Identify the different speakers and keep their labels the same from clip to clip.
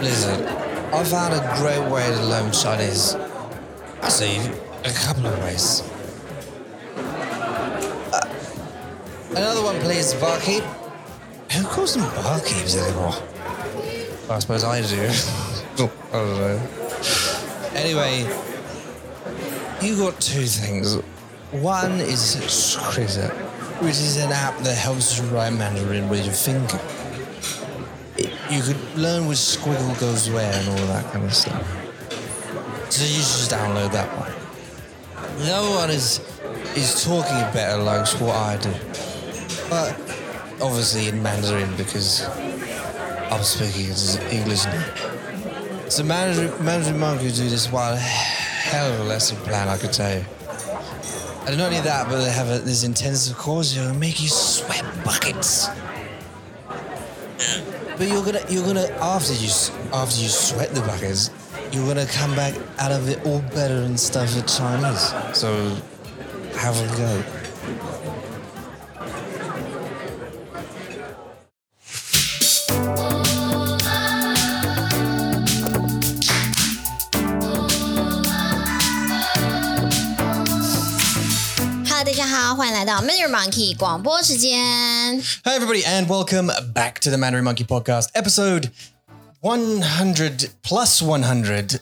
Speaker 1: Listen, I've had a great way to learn Chinese. Actually, a couple of ways. Uh, another one, please, barkeep. Who calls them barkeeps anymore? I suppose I do. I don't know. Anyway, you got two things. One is Scritter, which is an app that helps you write Mandarin with your finger. It- You could learn which squiggle goes where and all that kind of stuff. So you should just download that one. The other one is is talking better like what I do. But obviously in Mandarin because I'm speaking English now. So Mandarin, Mandarin Monk could do this one hell of a lesson plan, I could tell you. And not only that, but they have a, this intensive course that'll make you sweat buckets. But you're gonna, you're gonna after you, s- after you sweat the buckets, you're gonna come back out of it all better and stuff at Chinese. So have a go.
Speaker 2: Hello，大家好，欢迎来到 Mandarin Monkey 广播时间。
Speaker 1: Hey everybody, and welcome back to the Mandarin Monkey Podcast, episode 100 plus 118.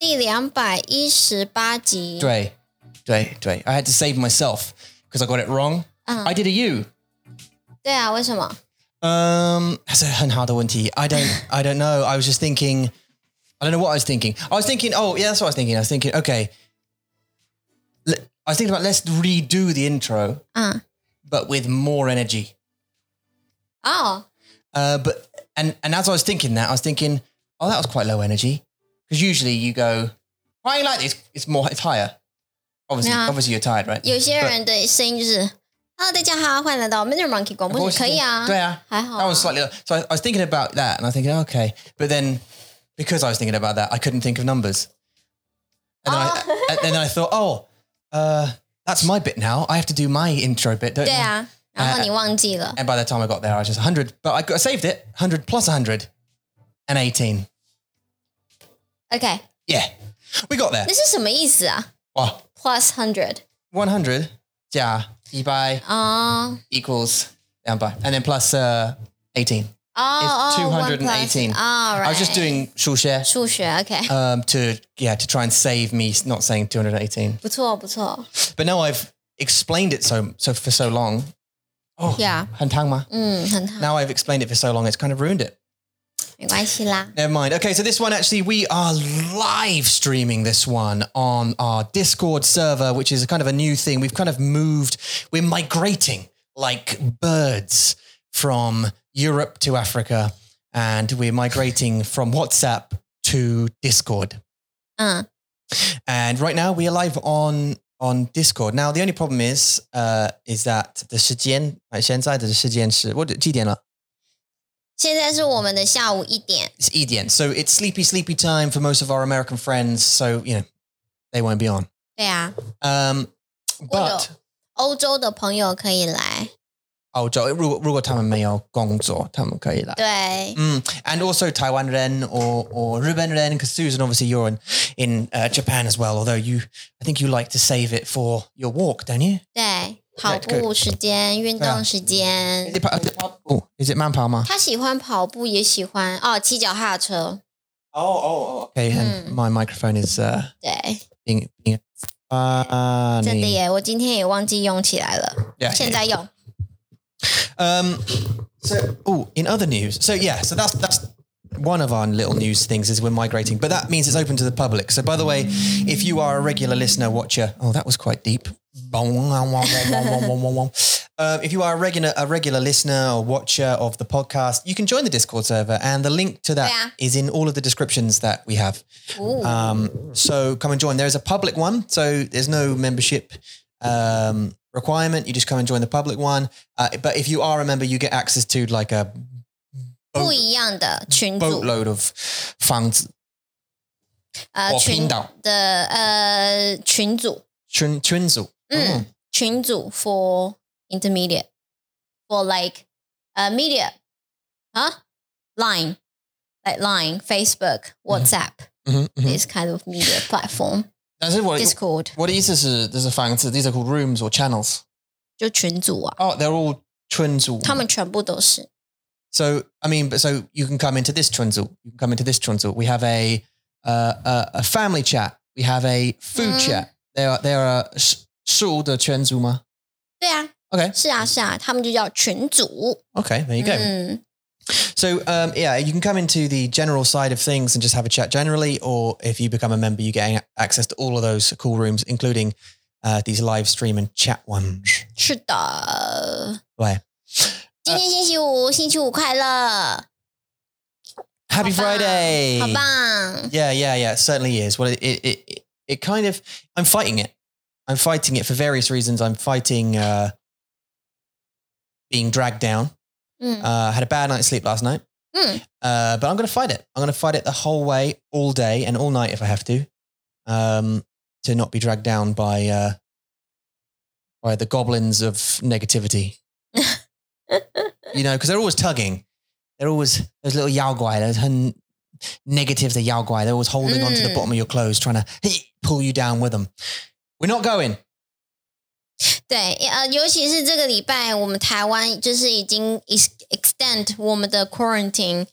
Speaker 2: 第两百一十八集，
Speaker 1: Dre, Dre, Dre. I had to save myself because I got it wrong. I did a U.
Speaker 2: 对啊，为什么？
Speaker 1: Um, that's a 很好的问题. I don't, I don't know. I was just thinking, I don't know what I was thinking. I was thinking, oh yeah, that's what I was thinking. I was thinking, okay. le- I was thinking about let's redo the intro,
Speaker 2: 嗯，
Speaker 1: but with more energy.
Speaker 2: 哦，
Speaker 1: Uh, but and and as I was thinking that, I was thinking, oh, that was quite low energy because usually you go, why are you like this? It's more, it's higher. Obviously,
Speaker 2: Yeah.
Speaker 1: obviously you're tired, right?
Speaker 2: 有些人的声音就是 Hello，大家好，欢迎来到 Mandarin Monkey 广
Speaker 1: But-
Speaker 2: 播时间，可以啊，
Speaker 1: 对啊，
Speaker 2: 还好
Speaker 1: That
Speaker 2: 啊
Speaker 1: was slightly low. So I, I was thinking about that and I was thinking, okay. But then because I was thinking about that, I couldn't think of numbers. And then, I, and then I thought, oh, uh, that's my bit now. I have to do my intro bit, don't
Speaker 2: 对
Speaker 1: I?
Speaker 2: 啊，然后你忘记了，
Speaker 1: And by the time I got there, I was just 100. But I, got, I saved it 100 plus 100 and 18. 哎
Speaker 2: OK，
Speaker 1: Yeah. We got there.
Speaker 2: 那是什么意思啊
Speaker 1: Wow.
Speaker 2: ？Plus hundred
Speaker 1: 100 yeah, you buy
Speaker 2: 哦
Speaker 1: equals down by. And then plus uh, 18.
Speaker 2: 哦哦
Speaker 1: It's 218
Speaker 2: 啊
Speaker 1: I was just doing 数学。
Speaker 2: 数学 OK，
Speaker 1: um, to yeah to try and save me not saying 218
Speaker 2: 不错不错
Speaker 1: but now i've explained it so so for so long oh
Speaker 2: ，Yeah，
Speaker 1: hantangma
Speaker 2: 嗯，很好，
Speaker 1: now i've explained it for so long it's kind of ruined it
Speaker 2: 没关系啦。
Speaker 1: never mind okay so this one actually we are live streaming this one on our discord server which is kind of a new thing we've kind of moved we're migrating like birds from europe to africa and we're migrating from whatsapp to discord
Speaker 2: 嗯，
Speaker 1: And right now we are live on on Discord. Now the only problem is uh is that the 时间 like 现在的时间是我几点了？
Speaker 2: 现在是我们的下午一点。
Speaker 1: It's 一点. So it's sleepy sleepy time for most of our American friends. So you know they won't be on.
Speaker 2: 对啊，
Speaker 1: Um, but
Speaker 2: 欧洲的朋友可以来。
Speaker 1: 澳洲如果如果他们没有工作，他们可以来。
Speaker 2: 对，
Speaker 1: Mm. And also Taiwan Ren or or Ruben Ren, because Susan, obviously you're in in uh, Japan as well. Although you, I think you like to save it for your walk, don't you?
Speaker 2: 对，跑步时间、运动
Speaker 1: 嗯
Speaker 2: 时间
Speaker 1: Is，it, pa- oh, is it manpower?
Speaker 2: 他喜欢跑步，也喜欢哦骑脚踏车。
Speaker 1: Oh, oh, oh. Okay, and
Speaker 2: Mm.
Speaker 1: my microphone is uh,
Speaker 2: 对，
Speaker 1: being, being funny.
Speaker 2: 真的耶！我今天也忘记用起来了，
Speaker 1: Yeah.
Speaker 2: 现在用。
Speaker 1: Um, so, oh, in other news, so yeah, so that's that's one of our little news things is we're migrating, but that means it's open to the public. So, by the way, if you are a regular listener, watcher, oh, that was quite deep. Um, if you are a regular a regular listener or watcher of the podcast, you can join the Discord server, and the link to that is
Speaker 2: Yeah.
Speaker 1: in all of the descriptions that we have.
Speaker 2: 哦，
Speaker 1: Um, so come and join. There is a public one, so there's no membership um, requirement. You just come and join the public one. Uh, but if you are a member, you get access to like a 呃
Speaker 2: 不一样的群组，
Speaker 1: boatload of funds.
Speaker 2: 呃，
Speaker 1: 我
Speaker 2: 群
Speaker 1: 拼到
Speaker 2: 的呃群组，
Speaker 1: Chun Chunzu. Oh.
Speaker 2: 嗯，群组 for intermediate，for like 呃 mediate 啊 Line, like Line, Facebook, WhatsApp,
Speaker 1: 嗯哼哦嗯哼
Speaker 2: this kind of media platform,
Speaker 1: 但是我
Speaker 2: Discord，
Speaker 1: 我的意思是，这是房子，these are called rooms or channels。
Speaker 2: 就群组啊，
Speaker 1: 哦、t h e y r e all 群组。
Speaker 2: 他们全部都是。
Speaker 1: So I mean, but so you can come into this chunzu. You can come into this chunzu. We have a uh, a, a family chat. We have a food
Speaker 2: Mm.
Speaker 1: chat. There are there are s- 十五的群组吗
Speaker 2: 对啊，
Speaker 1: Okay,
Speaker 2: 是啊，是啊，他们就叫群组。
Speaker 1: okay, there you go.
Speaker 2: 嗯，
Speaker 1: So um, yeah, you can come into the general side of things and just have a chat generally, or if you become a member, you get a- access to all of those cool rooms, including uh, these live stream and chat ones.
Speaker 2: 是的。
Speaker 1: Where
Speaker 2: 今天星期五，星期五快乐，
Speaker 1: Happy
Speaker 2: 好棒
Speaker 1: Friday!
Speaker 2: 好棒！
Speaker 1: Yeah, yeah, yeah. It certainly is. Well, it it, it it kind of I'm fighting it. I'm fighting it for various reasons. I'm fighting uh, being dragged down.
Speaker 2: 嗯
Speaker 1: Uh, I had a bad night's sleep last night,
Speaker 2: 嗯，
Speaker 1: uh, but I'm going to fight it. I'm going to fight it the whole way, all day and all night if I have to, um, to not be dragged down by uh, by the goblins of negativity. you know, because they're always tugging. They're always those little yao guai, those hun, negative the yao guai. They're always holding on to the
Speaker 2: Mm.
Speaker 1: bottom of your clothes, trying to pull you down with them. We're not going.
Speaker 2: 对，呃，尤其是这个礼拜，我们台湾就是已经 ex- extend 我们的 quarantine，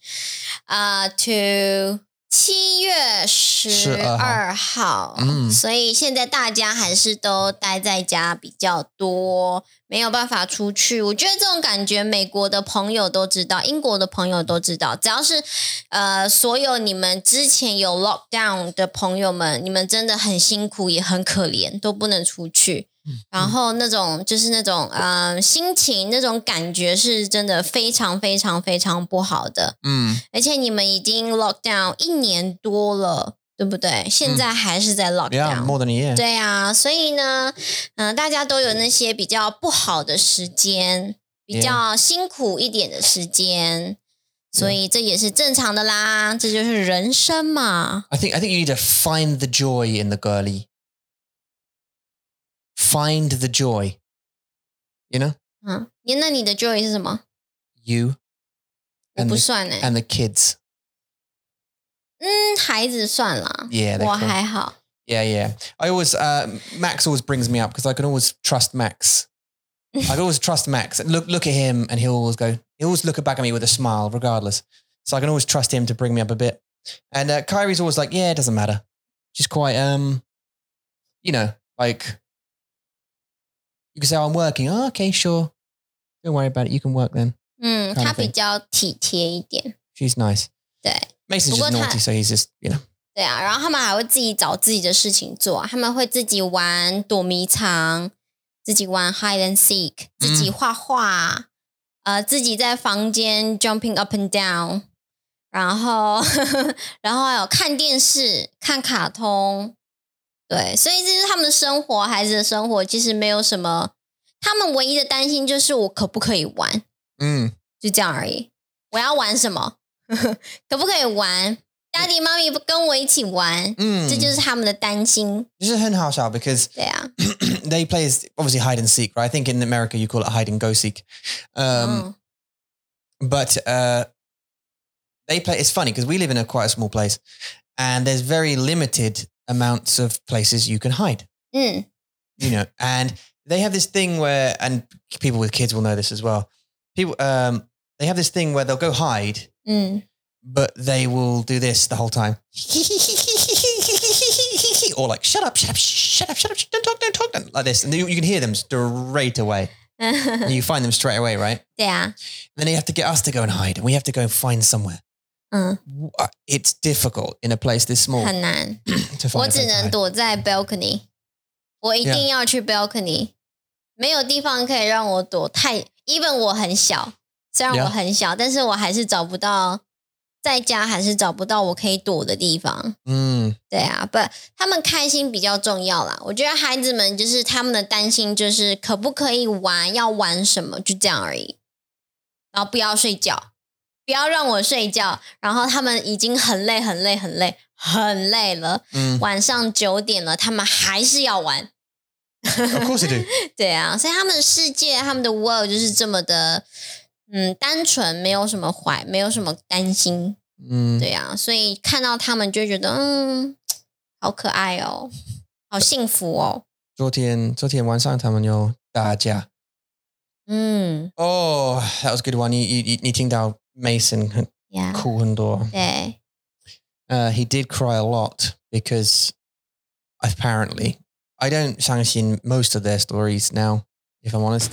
Speaker 2: 呃，to 七月十二号，
Speaker 1: 嗯
Speaker 2: 所以现在大家还是都待在家比较多，没有办法出去。我觉得这种感觉，美国的朋友都知道，英国的朋友都知道，只要是呃，所有你们之前有 lockdown 的朋友们，你们真的很辛苦，也很可怜，都不能出去。然后那种就是那种呃心情那种感觉是真的非常非常非常不好的，
Speaker 1: Mm.
Speaker 2: 而且你们已经 lock down 一年多了，对不对？现在还是在 lock
Speaker 1: 嗯 Yeah,
Speaker 2: down，、
Speaker 1: more than a year.
Speaker 2: 对啊，所以呢，嗯、大家都有那些比较不好的时间，比较辛苦一点的时间，所以这也是正常的啦，这就是人生嘛。
Speaker 1: I think I think you need to find the joy in the girly. Find the joy. You know?
Speaker 2: 嗯，你那你的 joy 是什么？
Speaker 1: You
Speaker 2: 我
Speaker 1: and
Speaker 2: 不
Speaker 1: the,
Speaker 2: 算哎、
Speaker 1: and the kids.
Speaker 2: 嗯，孩子算啦，
Speaker 1: Yeah, they're
Speaker 2: 我
Speaker 1: cool.
Speaker 2: 还好。
Speaker 1: Yeah, yeah. I always uh, Max always brings me up because I can always trust Max. I can always trust Max. Look look at him and he'll always go he'll always look back at me with a smile, regardless. So I can always trust him to bring me up a bit. And uh, Kyrie's always like, Yeah, it doesn't matter. She's quite um you know, like you can say, oh, I'm working. Oh, okay, sure. Don't worry about it. You can work then.
Speaker 2: 嗯，
Speaker 1: kind
Speaker 2: 他
Speaker 1: of thing
Speaker 2: 比较体贴一点，
Speaker 1: She's nice.
Speaker 2: 对
Speaker 1: Mason's
Speaker 2: But
Speaker 1: just
Speaker 2: what
Speaker 1: naughty, so he's just, you know.
Speaker 2: 对啊。然后他们还会自己找自己的事情做啊，他们会自己玩躲迷藏，自己玩 hide and seek，自己画画，呃，自己在房间 jumping up and down，然后 然后还有看电视、看卡通，对，所以这就是他们的生活，孩子的生活其实没有什么，他们唯一的担心就是我可不可以玩。
Speaker 1: Mm.
Speaker 2: 就这样而已。我要玩什么？ 可不可以玩？daddy 妈咪不跟我一起玩，
Speaker 1: Mm.
Speaker 2: 这就是他们的担心。
Speaker 1: This is Hen Shao because
Speaker 2: 对啊，
Speaker 1: they play as obviously hide and seek, right? I think in America you call it hide and go seek. Um,
Speaker 2: 嗯
Speaker 1: But uh, they play. It's funny because we live in a quite a small place, and there's very limited amounts of places you can hide.
Speaker 2: 嗯，
Speaker 1: You know, and they have this thing where, and people with kids will know this as well. People, um, they have this thing where they'll go hide,
Speaker 2: 嗯
Speaker 1: but they will do this the whole time. Or like, shut up, shut up, shut up, shut up, don't talk, don't talk, don't, like this. And you, you can hear them straight away. And
Speaker 2: 嗯，
Speaker 1: you find them straight away, right? And
Speaker 2: 对啊，
Speaker 1: then you have to get us to go and hide, and we have to go and find somewhere.
Speaker 2: 嗯，
Speaker 1: W- uh, It's difficult in a place this small
Speaker 2: 很难。
Speaker 1: to find.
Speaker 2: 我
Speaker 1: a
Speaker 2: 只
Speaker 1: place to
Speaker 2: 能
Speaker 1: hide.
Speaker 2: 躲在 balcony，我一定要去 balcony，没有地方可以让我躲。太，even 我很小，虽然
Speaker 1: Yeah
Speaker 2: 我很小，但是我还是找不到，在家还是找不到我可以躲的地方。
Speaker 1: Mm,
Speaker 2: 对啊，不，他们开心比较重要啦。我觉得孩子们就是他们的担心就是可不可以玩，要玩什么，就这样而已。然后不要睡觉，不要让我睡觉。然后他们已经很累、很累、很累、很累了，
Speaker 1: mm.
Speaker 2: 晚上九点了，他们还是要玩。
Speaker 1: of course they do.
Speaker 2: 对啊，所以他们的世界、他们的 world 就是这么的，嗯单纯，没有什么怀，没有什么担心，
Speaker 1: Mm.
Speaker 2: 对啊，所以看到他们就觉得嗯，好可爱哦，好幸福哦，
Speaker 1: 昨天昨天晚上他们有打架。
Speaker 2: 嗯，
Speaker 1: Oh, that was a good one. You you you, you think that Mason
Speaker 2: 呀、yeah,，
Speaker 1: cool and door.
Speaker 2: 对，
Speaker 1: Uh, he did cry a lot because apparently I don't sanction most of their stories now, if I'm honest.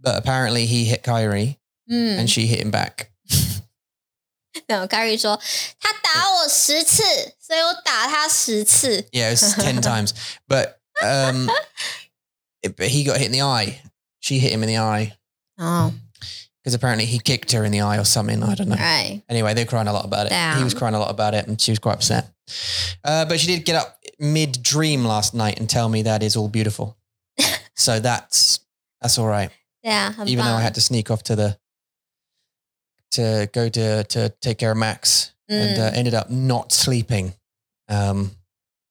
Speaker 1: But apparently he hit Kyrie
Speaker 2: 嗯 Hmm.
Speaker 1: and，she hit him back.
Speaker 2: 然后 Gary 说他打我十次，所以我打他十次，
Speaker 1: Yeah, it was ten times. But um, it- but he got hit in the eye. She hit him in the eye
Speaker 2: 哦，
Speaker 1: because apparently he kicked her in the eye or something. I don't know.
Speaker 2: 哎，
Speaker 1: Anyway, they were crying a lot about it. He was
Speaker 2: Damn.
Speaker 1: crying a lot about it, and she was quite upset. Uh, but she did get up mid dream last night and tell me that is all beautiful. so that's that's all right.
Speaker 2: 对啊，很
Speaker 1: Even though I
Speaker 2: 棒
Speaker 1: had，to sneak off to the to go to to take care of Max and uh,
Speaker 2: 嗯，
Speaker 1: ended up not sleeping. Um,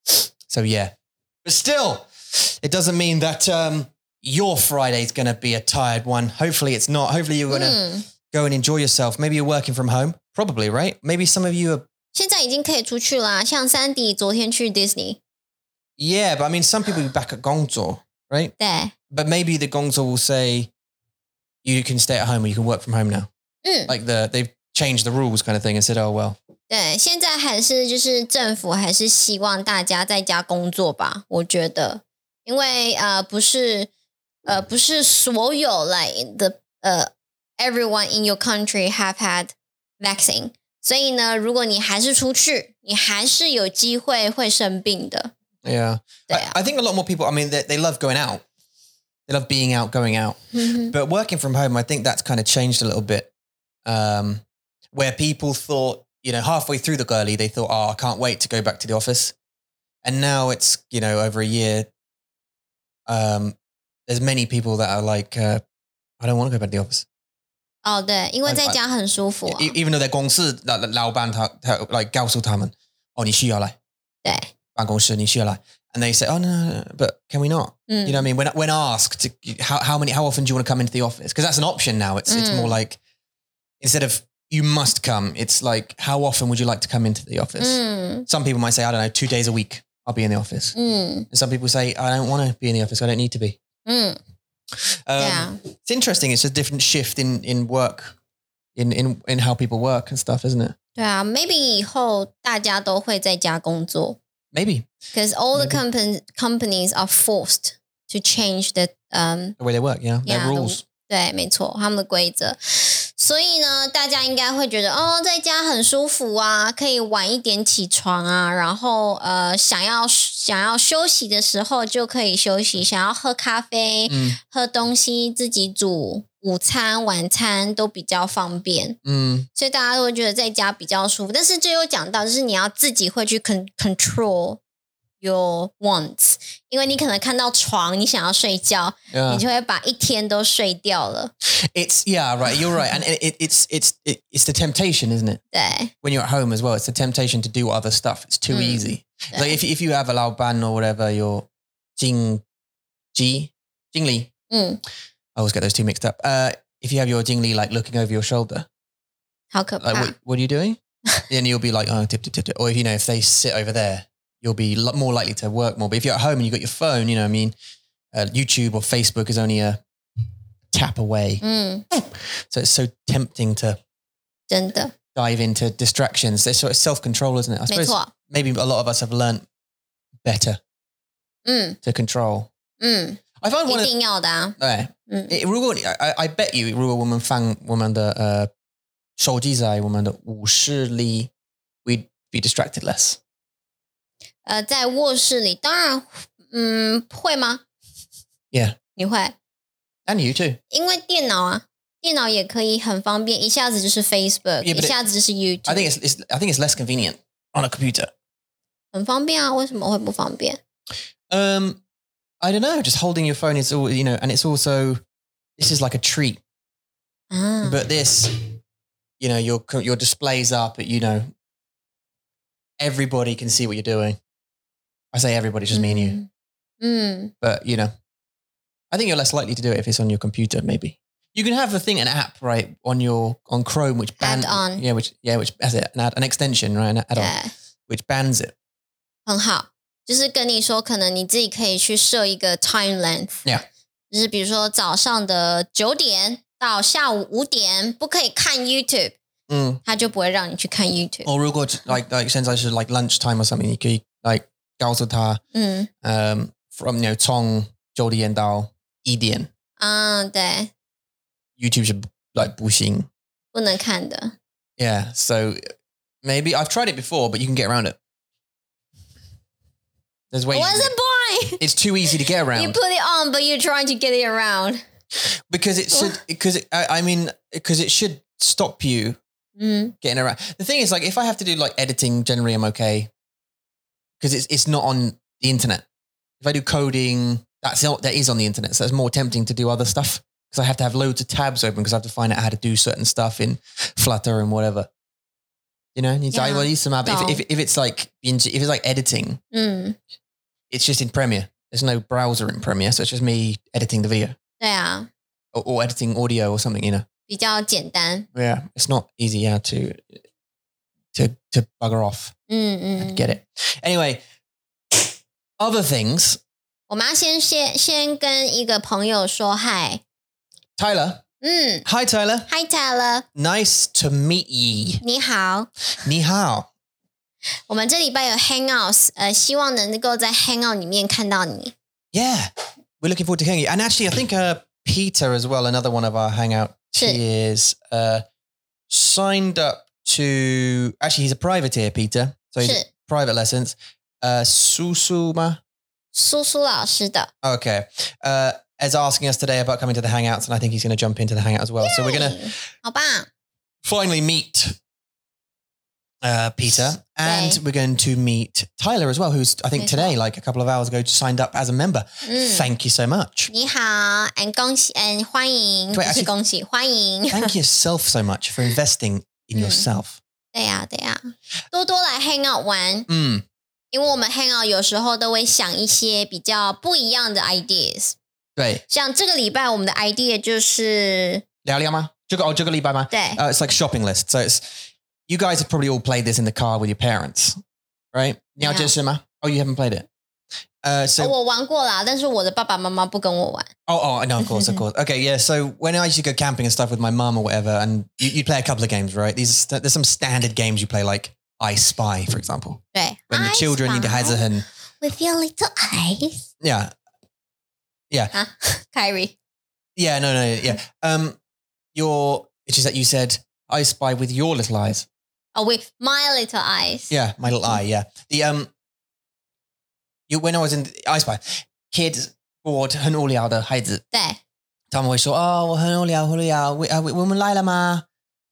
Speaker 1: so yeah, but still, it doesn't mean that um, your Friday's going to be a tired one. Hopefully, it's not. Hopefully, you're going to
Speaker 2: 嗯，
Speaker 1: go and enjoy yourself. Maybe you're working from home, probably, right? Maybe some of you are.
Speaker 2: 现在已经可以出去啦，像三弟昨天去 Disney，
Speaker 1: Yeah, but I mean, some people be back at Gongzor, right?
Speaker 2: 对，
Speaker 1: But maybe the Gongzor will say you can stay at home or you can work from home now.
Speaker 2: 嗯。
Speaker 1: Like the they've changed the rules kind of thing and said, oh well,
Speaker 2: 对，现在还是就是政府还是希望大家在家工作吧，我觉得，因为呃不是呃不是所有 like the 呃 everyone in your country have had vaccine，所以呢，如果你还是出去，你还是有机会会生病的。
Speaker 1: yeah.
Speaker 2: 对啊，
Speaker 1: I, I think a lot more people. I mean, they, they love going out. They love being out, going out.
Speaker 2: 嗯哼
Speaker 1: But working from home, I think that's kind of changed a little bit. Um, where people thought, you know, halfway through the girly, they thought, oh, I can't wait to go back to the office. And now it's, you know, over a year. Um, there's many people that are like, uh, I don't want to go back to the office.
Speaker 2: 哦，对，因为在家很舒服啊。
Speaker 1: E- Even though they're gong si, like, like, "Oh,
Speaker 2: 对，
Speaker 1: And they say, oh, no, no, no, but can we not?
Speaker 2: 嗯
Speaker 1: You know what I mean? When when asked how how many how often do you want to come into the office? Because that's an option now. It's it's
Speaker 2: Mm.
Speaker 1: more like instead of you must come, it's like how often would you like to come into the office?
Speaker 2: 嗯
Speaker 1: Some people might say, I don't know, two days a week I'll be in the office.
Speaker 2: 嗯
Speaker 1: And some people say, I don't want to be in the office. I don't need to be.
Speaker 2: 嗯，
Speaker 1: Um,
Speaker 2: 对啊，
Speaker 1: It's interesting. It's a different shift in in work, in in in how people work and stuff, isn't it?
Speaker 2: 对啊，maybe 以后大家都会在家工作。
Speaker 1: Maybe
Speaker 2: because all the
Speaker 1: Maybe.
Speaker 2: compan companies are forced to change the um
Speaker 1: the way they work. Yeah,
Speaker 2: Yeah,
Speaker 1: their
Speaker 2: the-
Speaker 1: rules.
Speaker 2: 对，没错，他们的规则。所以呢，大家应该会觉得哦，在家很舒服啊，可以晚一点起床啊，然后呃，想要想要休息的时候就可以休息，想要喝咖啡、
Speaker 1: Mm,
Speaker 2: 喝东西自己煮。午餐、晚餐都比较方便，
Speaker 1: mm,
Speaker 2: 所以大家都会觉得在家比较舒服。但是这又讲到，就是你要自己会去 con control your wants，因为你可能看到床，你想要睡觉，
Speaker 1: yeah.
Speaker 2: 你 就会把一天都睡掉了。
Speaker 1: It's yeah, right. You're right, and it, it, it's it's it, it's the temptation, isn't it?
Speaker 2: 对，
Speaker 1: when you're at home as well, it's the temptation to do other stuff. It's too
Speaker 2: Mm.
Speaker 1: easy.
Speaker 2: Yeah.
Speaker 1: Like if, if you have a Lao Ban or whatever, your Jing Ji Jing Li.
Speaker 2: Mm.
Speaker 1: I always get those two mixed up. Uh, if you have your Jing Li like looking over your shoulder,
Speaker 2: 好可怕。
Speaker 1: like what, what are you doing? then you'll be like, oh, tip, tip, tip, tip. Or if you know, if they sit over there, you'll be lo- more likely to work more. But if you're at home and you've got your phone, you know, what I mean, uh, YouTube or Facebook is only a tap away.
Speaker 2: 嗯，Mm.
Speaker 1: So it's so tempting to
Speaker 2: 真的
Speaker 1: dive into distractions. It's sort of self control, isn't it? I
Speaker 2: 没
Speaker 1: suppose
Speaker 2: 错。
Speaker 1: maybe a lot of us have learnt better
Speaker 2: 嗯
Speaker 1: to control.
Speaker 2: 嗯，
Speaker 1: I find
Speaker 2: 一
Speaker 1: one of
Speaker 2: 定要的啊。
Speaker 1: eh,
Speaker 2: 嗯
Speaker 1: it- 如果你- I, I bet you uh, 如果我们放我们的呃手机在我们的五十里 we'd be distracted less.
Speaker 2: 呃，在卧室里，当然，嗯，会吗
Speaker 1: Yeah.
Speaker 2: 你会，
Speaker 1: And you too.
Speaker 2: 因为电脑啊，电脑也可以很方便，一下子就是 Facebook，
Speaker 1: Yeah, but
Speaker 2: 一
Speaker 1: it-
Speaker 2: 下子就是 YouTube。
Speaker 1: I think it's, it's I think it's less convenient on a computer.
Speaker 2: 很方便啊，为什么会不方便？
Speaker 1: Um, I don't know. Just holding your phone is all you know, and it's also this is like a treat.
Speaker 2: 啊，
Speaker 1: But this, you know, your co- your displays up, but you know, everybody can see what you're doing. I say everybody, it's just me and you.
Speaker 2: 嗯。嗯，Mm.
Speaker 1: But you know, I think you're less likely to do it if it's on your computer. Maybe You can have a thing, an app, right, on your on Chrome, which bans
Speaker 2: Add-on.
Speaker 1: yeah, which yeah, which that's it, an, ad, an extension, right, an add-on,
Speaker 2: 对，
Speaker 1: which bans it.
Speaker 2: 很好。就是跟你说，可能你自己可以去设一个 time length，
Speaker 1: Yeah.
Speaker 2: 就是比如说早上的九点到下午五点不可以看 YouTube，
Speaker 1: Mm.
Speaker 2: 它就不会让你去看 YouTube。
Speaker 1: Or we'll go to, like like since I should like lunchtime or something, you could like Gaozota,
Speaker 2: 嗯
Speaker 1: um from you know Tong, Jodi and Dao, E Edian.
Speaker 2: 嗯，对，
Speaker 1: YouTube should like bushing.
Speaker 2: 不能看的。
Speaker 1: Yeah. So maybe I've tried it before, but you can get around it. There's ways.
Speaker 2: What's the point?
Speaker 1: It's too easy to get around.
Speaker 2: You put it on, but you're trying to get it around.
Speaker 1: because it should because it, I, I mean because it should stop you
Speaker 2: 嗯
Speaker 1: getting around the thing is like if i have to do like editing generally i'm okay because it's it's not on the internet if i do coding that's not that is on the internet so it's more tempting to do other stuff because i have to have loads of tabs open because i have to find out how to do certain stuff in flutter and whatever you know you
Speaker 2: Yeah.
Speaker 1: yeah. use some app
Speaker 2: No.
Speaker 1: if, if, if it's like in- if it's like editing
Speaker 2: 嗯，
Speaker 1: it's just in premiere there's no browser in premiere so it's just me editing the video
Speaker 2: 对啊，
Speaker 1: or, or editing audio or something you know
Speaker 2: 比较简单。
Speaker 1: yeah, it's not easy yeah, to to to bugger off
Speaker 2: 嗯
Speaker 1: and
Speaker 2: 嗯，
Speaker 1: get it. Anyway, other things.
Speaker 2: 我们要先先先跟一个朋友说嗨。
Speaker 1: Tyler,
Speaker 2: 嗯
Speaker 1: hi Tyler.
Speaker 2: ，Hi Tyler，
Speaker 1: Nice to meet ye.
Speaker 2: 你好。
Speaker 1: Ni hao.
Speaker 2: 我们这礼拜有 Hangouts，呃，希望能够在 Hangout 里面看到你。
Speaker 1: Yeah, we're looking forward to hearing you. And actually, I think uh, Peter as well, another one of our hangout
Speaker 2: Shit.
Speaker 1: peers, uh, signed up to. Actually, he's a privateer, Peter. So he's
Speaker 2: Shit.
Speaker 1: private lessons. Uh, Susuma.
Speaker 2: 苏苏老师的，
Speaker 1: Okay. Uh, is asking us today about coming to the Hangouts, and I think he's going to jump into the Hangout as well. So we're going to
Speaker 2: 嗯好棒，
Speaker 1: finally meet uh, Peter, and
Speaker 2: Right.
Speaker 1: we're going to meet Tyler as well, who's, I think,
Speaker 2: Yes. Mm.
Speaker 1: today, like a couple of hours ago, just signed up as a member.
Speaker 2: 嗯，
Speaker 1: Thank you so much.
Speaker 2: 你好，and 恭喜，and 欢迎，不
Speaker 1: 对哎
Speaker 2: 是
Speaker 1: actually-
Speaker 2: 恭喜，欢迎，
Speaker 1: Thank yourself so much for investing in
Speaker 2: Mm.
Speaker 1: yourself.
Speaker 2: 对呀、对呀、多多来 Hangout 玩，
Speaker 1: Mm.
Speaker 2: 因为我们 Hangout 有时候都会想一些比较不一样的 ideas，
Speaker 1: Right.
Speaker 2: 像这个礼拜我们的 idea 就是，
Speaker 1: Uh,
Speaker 2: 对，
Speaker 1: it's like shopping list. So it's, you guys have probably all played this in the car with your parents, right?
Speaker 2: Yeah.
Speaker 1: Now, Jessima. Oh, you haven't played it. Uh, so
Speaker 2: 我玩过啦，但是我的爸爸妈妈不跟我玩，
Speaker 1: Oh, oh, no, of course, of course. Okay, yeah. So when I used to go camping and stuff with my mum or whatever, and you, you'd play a couple of games, right? These st- there's some standard games you play, like I Spy, for example.
Speaker 2: 对
Speaker 1: When the
Speaker 2: I
Speaker 1: children need to
Speaker 2: spy
Speaker 1: hazard and
Speaker 2: with your little eyes，
Speaker 1: yeah,
Speaker 2: 啊 k y r i
Speaker 1: yeah, no, no, yeah. Um, your which is that you said I spy with your little eyes.
Speaker 2: Oh, with my little eyes.
Speaker 1: Yeah, my little eye. Yeah. The um, you when I was in I Spy, kids bored 很无聊的孩子，
Speaker 2: 对，
Speaker 1: "Oh, uh, 他们会说哦，我很无聊，无聊，我我们来了吗？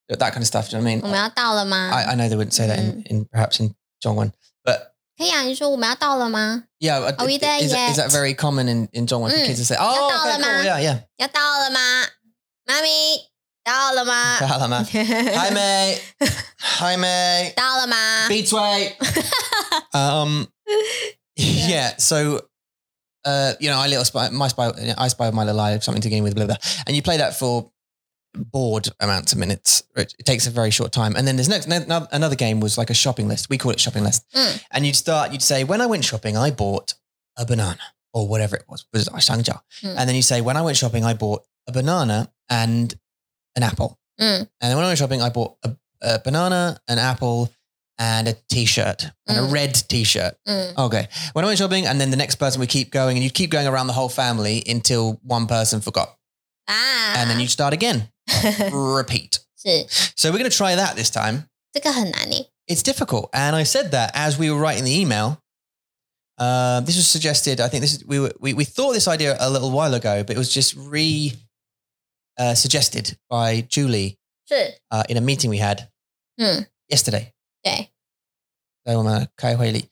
Speaker 1: That kind of stuff. Do you know what I mean?
Speaker 2: 我们要到了吗？
Speaker 1: I, I know they wouldn't say that
Speaker 2: Mm.
Speaker 1: in, in perhaps in Zhongwen, but
Speaker 2: 可以啊，你说我们要到了吗？
Speaker 1: yeah, uh,
Speaker 2: Are we there
Speaker 1: is, that- is
Speaker 2: yet?
Speaker 1: that very common in, in Zhongwen for
Speaker 2: Mm.
Speaker 1: kids to say, oh,
Speaker 2: Got
Speaker 1: okay,
Speaker 2: all of
Speaker 1: cool, yeah, yeah.
Speaker 2: 要到了吗？妈咪，到了吗？
Speaker 1: Got all of 'em. Hi, mate. Hi, mate.
Speaker 2: 到了吗？
Speaker 1: Beats way. um, yeah. so, uh, you know, I little spy, my spy, I spy with my little eye, something to game with, blah, blah, blah. And you play that for bored amounts of minutes. It, it takes a very short time. And then there's next, no- another game was like a shopping list. We call it shopping list.
Speaker 2: Mm.
Speaker 1: And you'd start, you'd say, when I went shopping, I bought a banana or whatever it was, was it a shangjia?
Speaker 2: Mm.
Speaker 1: And then you say, when I went shopping, I bought a banana and an apple.
Speaker 2: 嗯
Speaker 1: And then when I went shopping, I bought a, a banana, an apple, and a t-shirt, and
Speaker 2: Mm.
Speaker 1: a red t-shirt.
Speaker 2: 嗯，
Speaker 1: Okay. When I went shopping, and then the next person would keep going, and you'd keep going around the whole family until one person forgot,
Speaker 2: 啊，
Speaker 1: and then you start again, repeat.
Speaker 2: 是
Speaker 1: So we're going to try that this time.
Speaker 2: 这个很难欸诶。
Speaker 1: It's difficult, and I said that as we were writing the email. Uh, this was suggested. I think this is, we, were, we we thought this idea a little while ago, but it was just re uh, suggested by Julie
Speaker 2: 是，
Speaker 1: uh, in a meeting we had
Speaker 2: 嗯，
Speaker 1: yesterday.
Speaker 2: 对，
Speaker 1: 在我们开会里。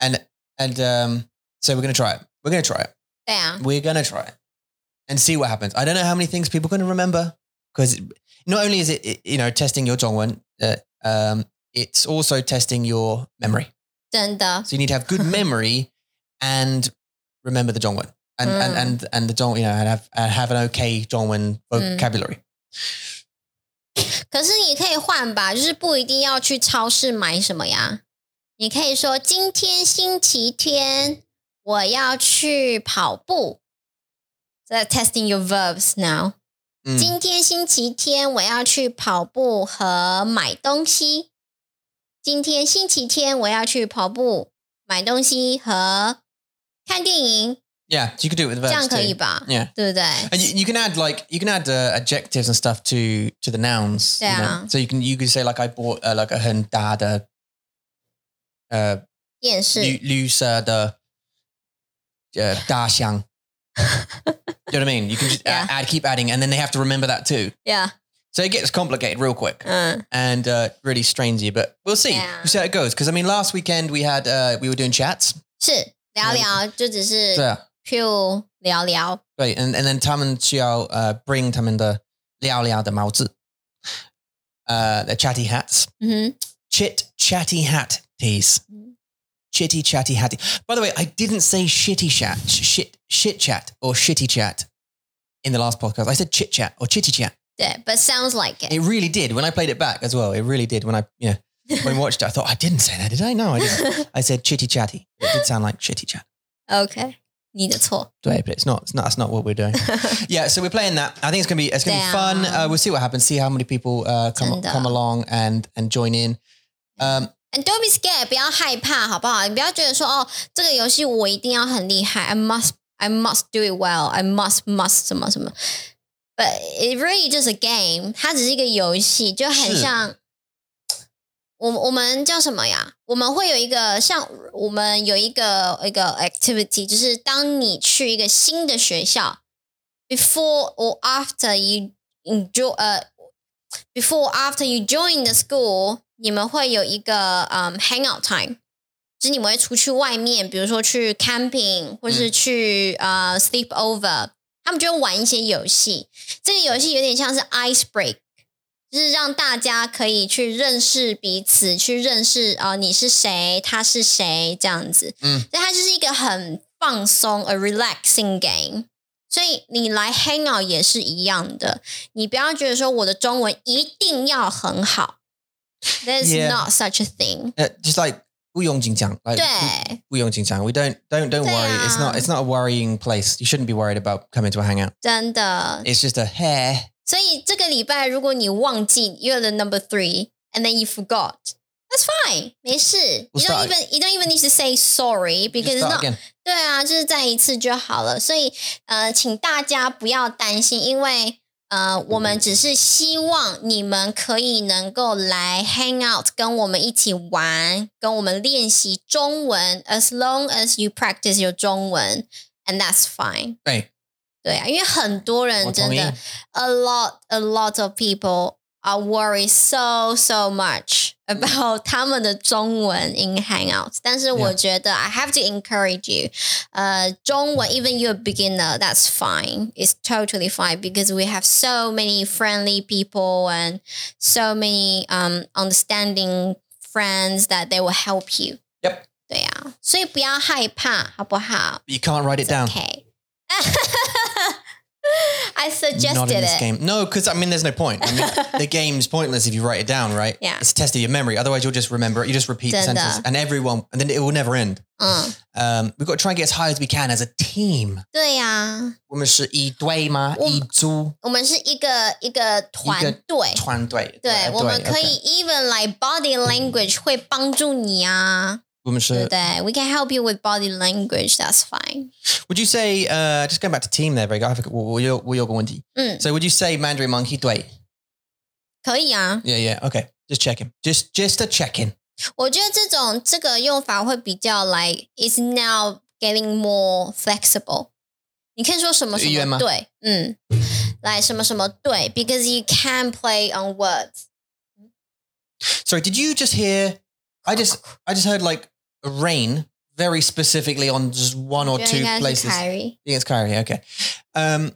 Speaker 1: And and um, so we're gonna try it. We're gonna try it.
Speaker 2: 对啊，
Speaker 1: We're gonna try it and see what happens. I don't know how many things people are gonna remember because not only is it it- you know testing your Zhongwen, uh, um, it's also testing your memory.
Speaker 2: 真的，
Speaker 1: So you need to have good memory and remember the Zhongwen. and and and and the Don, you know, and have and have an okay Donwin vocabulary.
Speaker 2: 可是你可以换吧，就是不一定要去超市买什么呀。你可以说今天星期天，我要去跑步。So that's testing your verbs now、
Speaker 1: 嗯
Speaker 2: 今天星期天我要去跑步和买东西。今天星期天我要去跑步、买东西和看电影，
Speaker 1: Yeah, you could do it with the
Speaker 2: 这
Speaker 1: verbs 哎
Speaker 2: 样可以
Speaker 1: too.
Speaker 2: 吧？
Speaker 1: Yeah.
Speaker 2: 对不对？
Speaker 1: And you, you can add like you can add uh, adjectives and stuff to to the nouns. you know.
Speaker 2: Yeah.
Speaker 1: So you can you can say like I bought uh, like a hundada, uh,
Speaker 2: 电视
Speaker 1: lu- lusa the, uh, da xiang. you know what I mean? You can just
Speaker 2: Yeah.
Speaker 1: add, add keep adding, and then they have to remember that too.
Speaker 2: ，Yeah，
Speaker 1: So it gets complicated real quick
Speaker 2: 嗯
Speaker 1: and uh, really strains you. But we'll see.
Speaker 2: Yeah.
Speaker 1: We'll see how it goes. Because I mean, last weekend we had uh, we were doing chats.
Speaker 2: 是聊聊，就只是
Speaker 1: So, yeah.
Speaker 2: Q 聊聊，
Speaker 1: Right, and and then 他们需要 uh bring 他们的料料的帽子, uh the chatty hats,
Speaker 2: 嗯
Speaker 1: chit chatty hat tees,
Speaker 2: Mhm.
Speaker 1: chitty chatty hatty. By the way, I didn't say shitty chat, sh- shit shit chat or shitty chat in the last podcast. I said chit chat or chitty chat.
Speaker 2: 哼，对，but sounds like it。
Speaker 1: It really did when I played it back as well. It really did when I you know when I watched it. I thought I didn't say that, did I? No, I didn't. I said chitty chatty. It did sound like shitty chat.
Speaker 2: OK，你的错。
Speaker 1: Right, but it's not. It's not. That's not what we're doing. yeah, so we're playing that. I think it's gonna be. It's gonna be fun.
Speaker 2: Damn.
Speaker 1: Uh, we'll see what happens. See how many people uh, come
Speaker 2: 真的
Speaker 1: come along and and join in. Um,
Speaker 2: And don't be scared，不要害怕，好不好？你不要觉得说哦，这个游戏我一定要很厉害，I must I must do it well，I must must 什么什么。But it really just a game，它只是一个游戏，就很
Speaker 1: 是
Speaker 2: 像我我们叫什么呀？我们会有一个像我们有一个一个 activity，就是当你去一个新的学校，before or after you enjoy 呃 before or after you join the school，你们会有一个嗯、hangout time，就是你们会出去外面，比如说去 camping 或
Speaker 1: 嗯
Speaker 2: 是去、呃 sleep over，他们就会玩一些游戏。这个游戏有点像是 ice break，就是让大家可以去认识彼此，去认识啊、呃你是谁，他是谁这样子。
Speaker 1: 嗯，
Speaker 2: 所以它就是一个很放松 a relaxing game。所以你来 hang out 也是一样的，你不要觉得说我的中文一定要很好，there's
Speaker 1: Yeah.
Speaker 2: not such a thing。
Speaker 1: uh, just like 不用紧张, like
Speaker 2: 对，
Speaker 1: 不用紧张. We don't don't don't worry. It's not it's not a worrying place. You shouldn't be worried about coming to a hangout.
Speaker 2: 真的。
Speaker 1: It's just a hair.
Speaker 2: 所以这个礼拜如果你忘记 you're the number three and then you forgot, that's fine，没事。
Speaker 1: We'll
Speaker 2: You don't
Speaker 1: start-
Speaker 2: even you don't even need to say sorry
Speaker 1: Just
Speaker 2: because it's
Speaker 1: start
Speaker 2: not
Speaker 1: 啊 again.
Speaker 2: 对啊，就是再一次就好了。所以呃，请大家不要担心，因为呃，我们只是希望你们可以能够来 hang out，跟我们一起玩，跟我们练习中文。As long as you practice your 中文，and that's fine。
Speaker 1: Right.
Speaker 2: 对啊，因为很多人真
Speaker 1: 我同
Speaker 2: 的
Speaker 1: 意。
Speaker 2: ，a lot a lot of people are worried so so much
Speaker 1: Mm.
Speaker 2: about 他们的中文 in Hangouts。但是我觉得 I have to encourage you，呃，中文 even you're a beginner that's fine. It's totally fine because we have so many friendly people and so many um understanding friends that they will help you.
Speaker 1: Yep.
Speaker 2: 对啊，所以不要害怕，好不好？
Speaker 1: You can't write it down.
Speaker 2: Okay. I suggested
Speaker 1: Not in this
Speaker 2: it.
Speaker 1: game. No, because I mean, there's no point. I mean, the game's pointless if you write it down, right?
Speaker 2: Yeah.
Speaker 1: It's a test of your memory. Otherwise, you'll just remember it. You just repeat
Speaker 2: Dun-dun.
Speaker 1: sentences, and everyone, and then it will never end.
Speaker 2: 嗯，
Speaker 1: Um, we've got to try and get as high as we can as a team.
Speaker 2: 对呀、我-
Speaker 1: 我们是一队吗？一组团队？
Speaker 2: 我们是一个一个团队，对，我们可以 even like body language 会帮助你啊，对不对？We can help you with body language. That's fine.
Speaker 1: Would you say uh, just going back to team there, Vega? I have a 我-我有-我有个问题。
Speaker 2: 嗯，
Speaker 1: So would you say Mandarin monkey 队？
Speaker 2: 可以啊。
Speaker 1: Yeah, yeah. Okay, just checking. Just just a check in.
Speaker 2: 我觉得这种这个用法会比较 like is now getting more flexible。你可以说什么什
Speaker 1: 语言
Speaker 2: 么
Speaker 1: 吗
Speaker 2: 对，嗯，来什么什么对，because you can play on words。
Speaker 1: Sorry, did you just hear? I just I just heard like rain very specifically on just one or
Speaker 2: 我觉得
Speaker 1: two
Speaker 2: 应该是
Speaker 1: places.
Speaker 2: Kyrie。
Speaker 1: I think it's Kyrie. Okay. Um,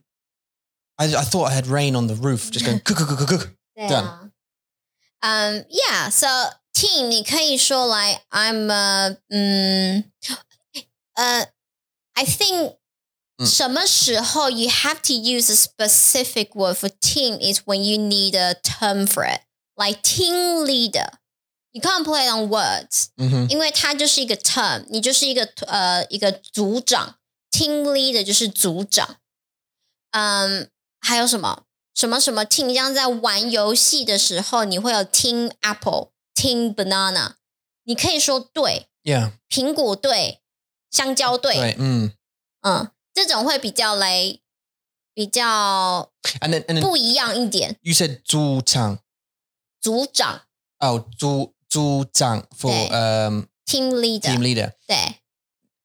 Speaker 1: I, I thought I had rain on the roof, just going cook cook cook cook.
Speaker 2: 对啊。嗯、y e a h So team，你可以说来，I'm a，嗯，呃、i think 什么时候 you have to use a specific word for team is when you need a term for it, like team leader. You can't play on words，、
Speaker 1: Mhm.
Speaker 2: 因为它就是一个 term，你就是一个呃一个组长，team leader 就是组长。嗯，还有什么什么什么 team？像在玩游戏的时候，你会有 team apple、team banana，你可以说对，
Speaker 1: Yeah.
Speaker 2: 苹果队、香蕉队，
Speaker 1: Right. Mm.
Speaker 2: 嗯，这种会比较来比较
Speaker 1: And then and then
Speaker 2: 不一样一点。
Speaker 1: you said Zhu Chang.
Speaker 2: 组长
Speaker 1: Oh, Zhu Zhu Chang for
Speaker 2: Okay.
Speaker 1: um
Speaker 2: team leader，
Speaker 1: team leader.
Speaker 2: 对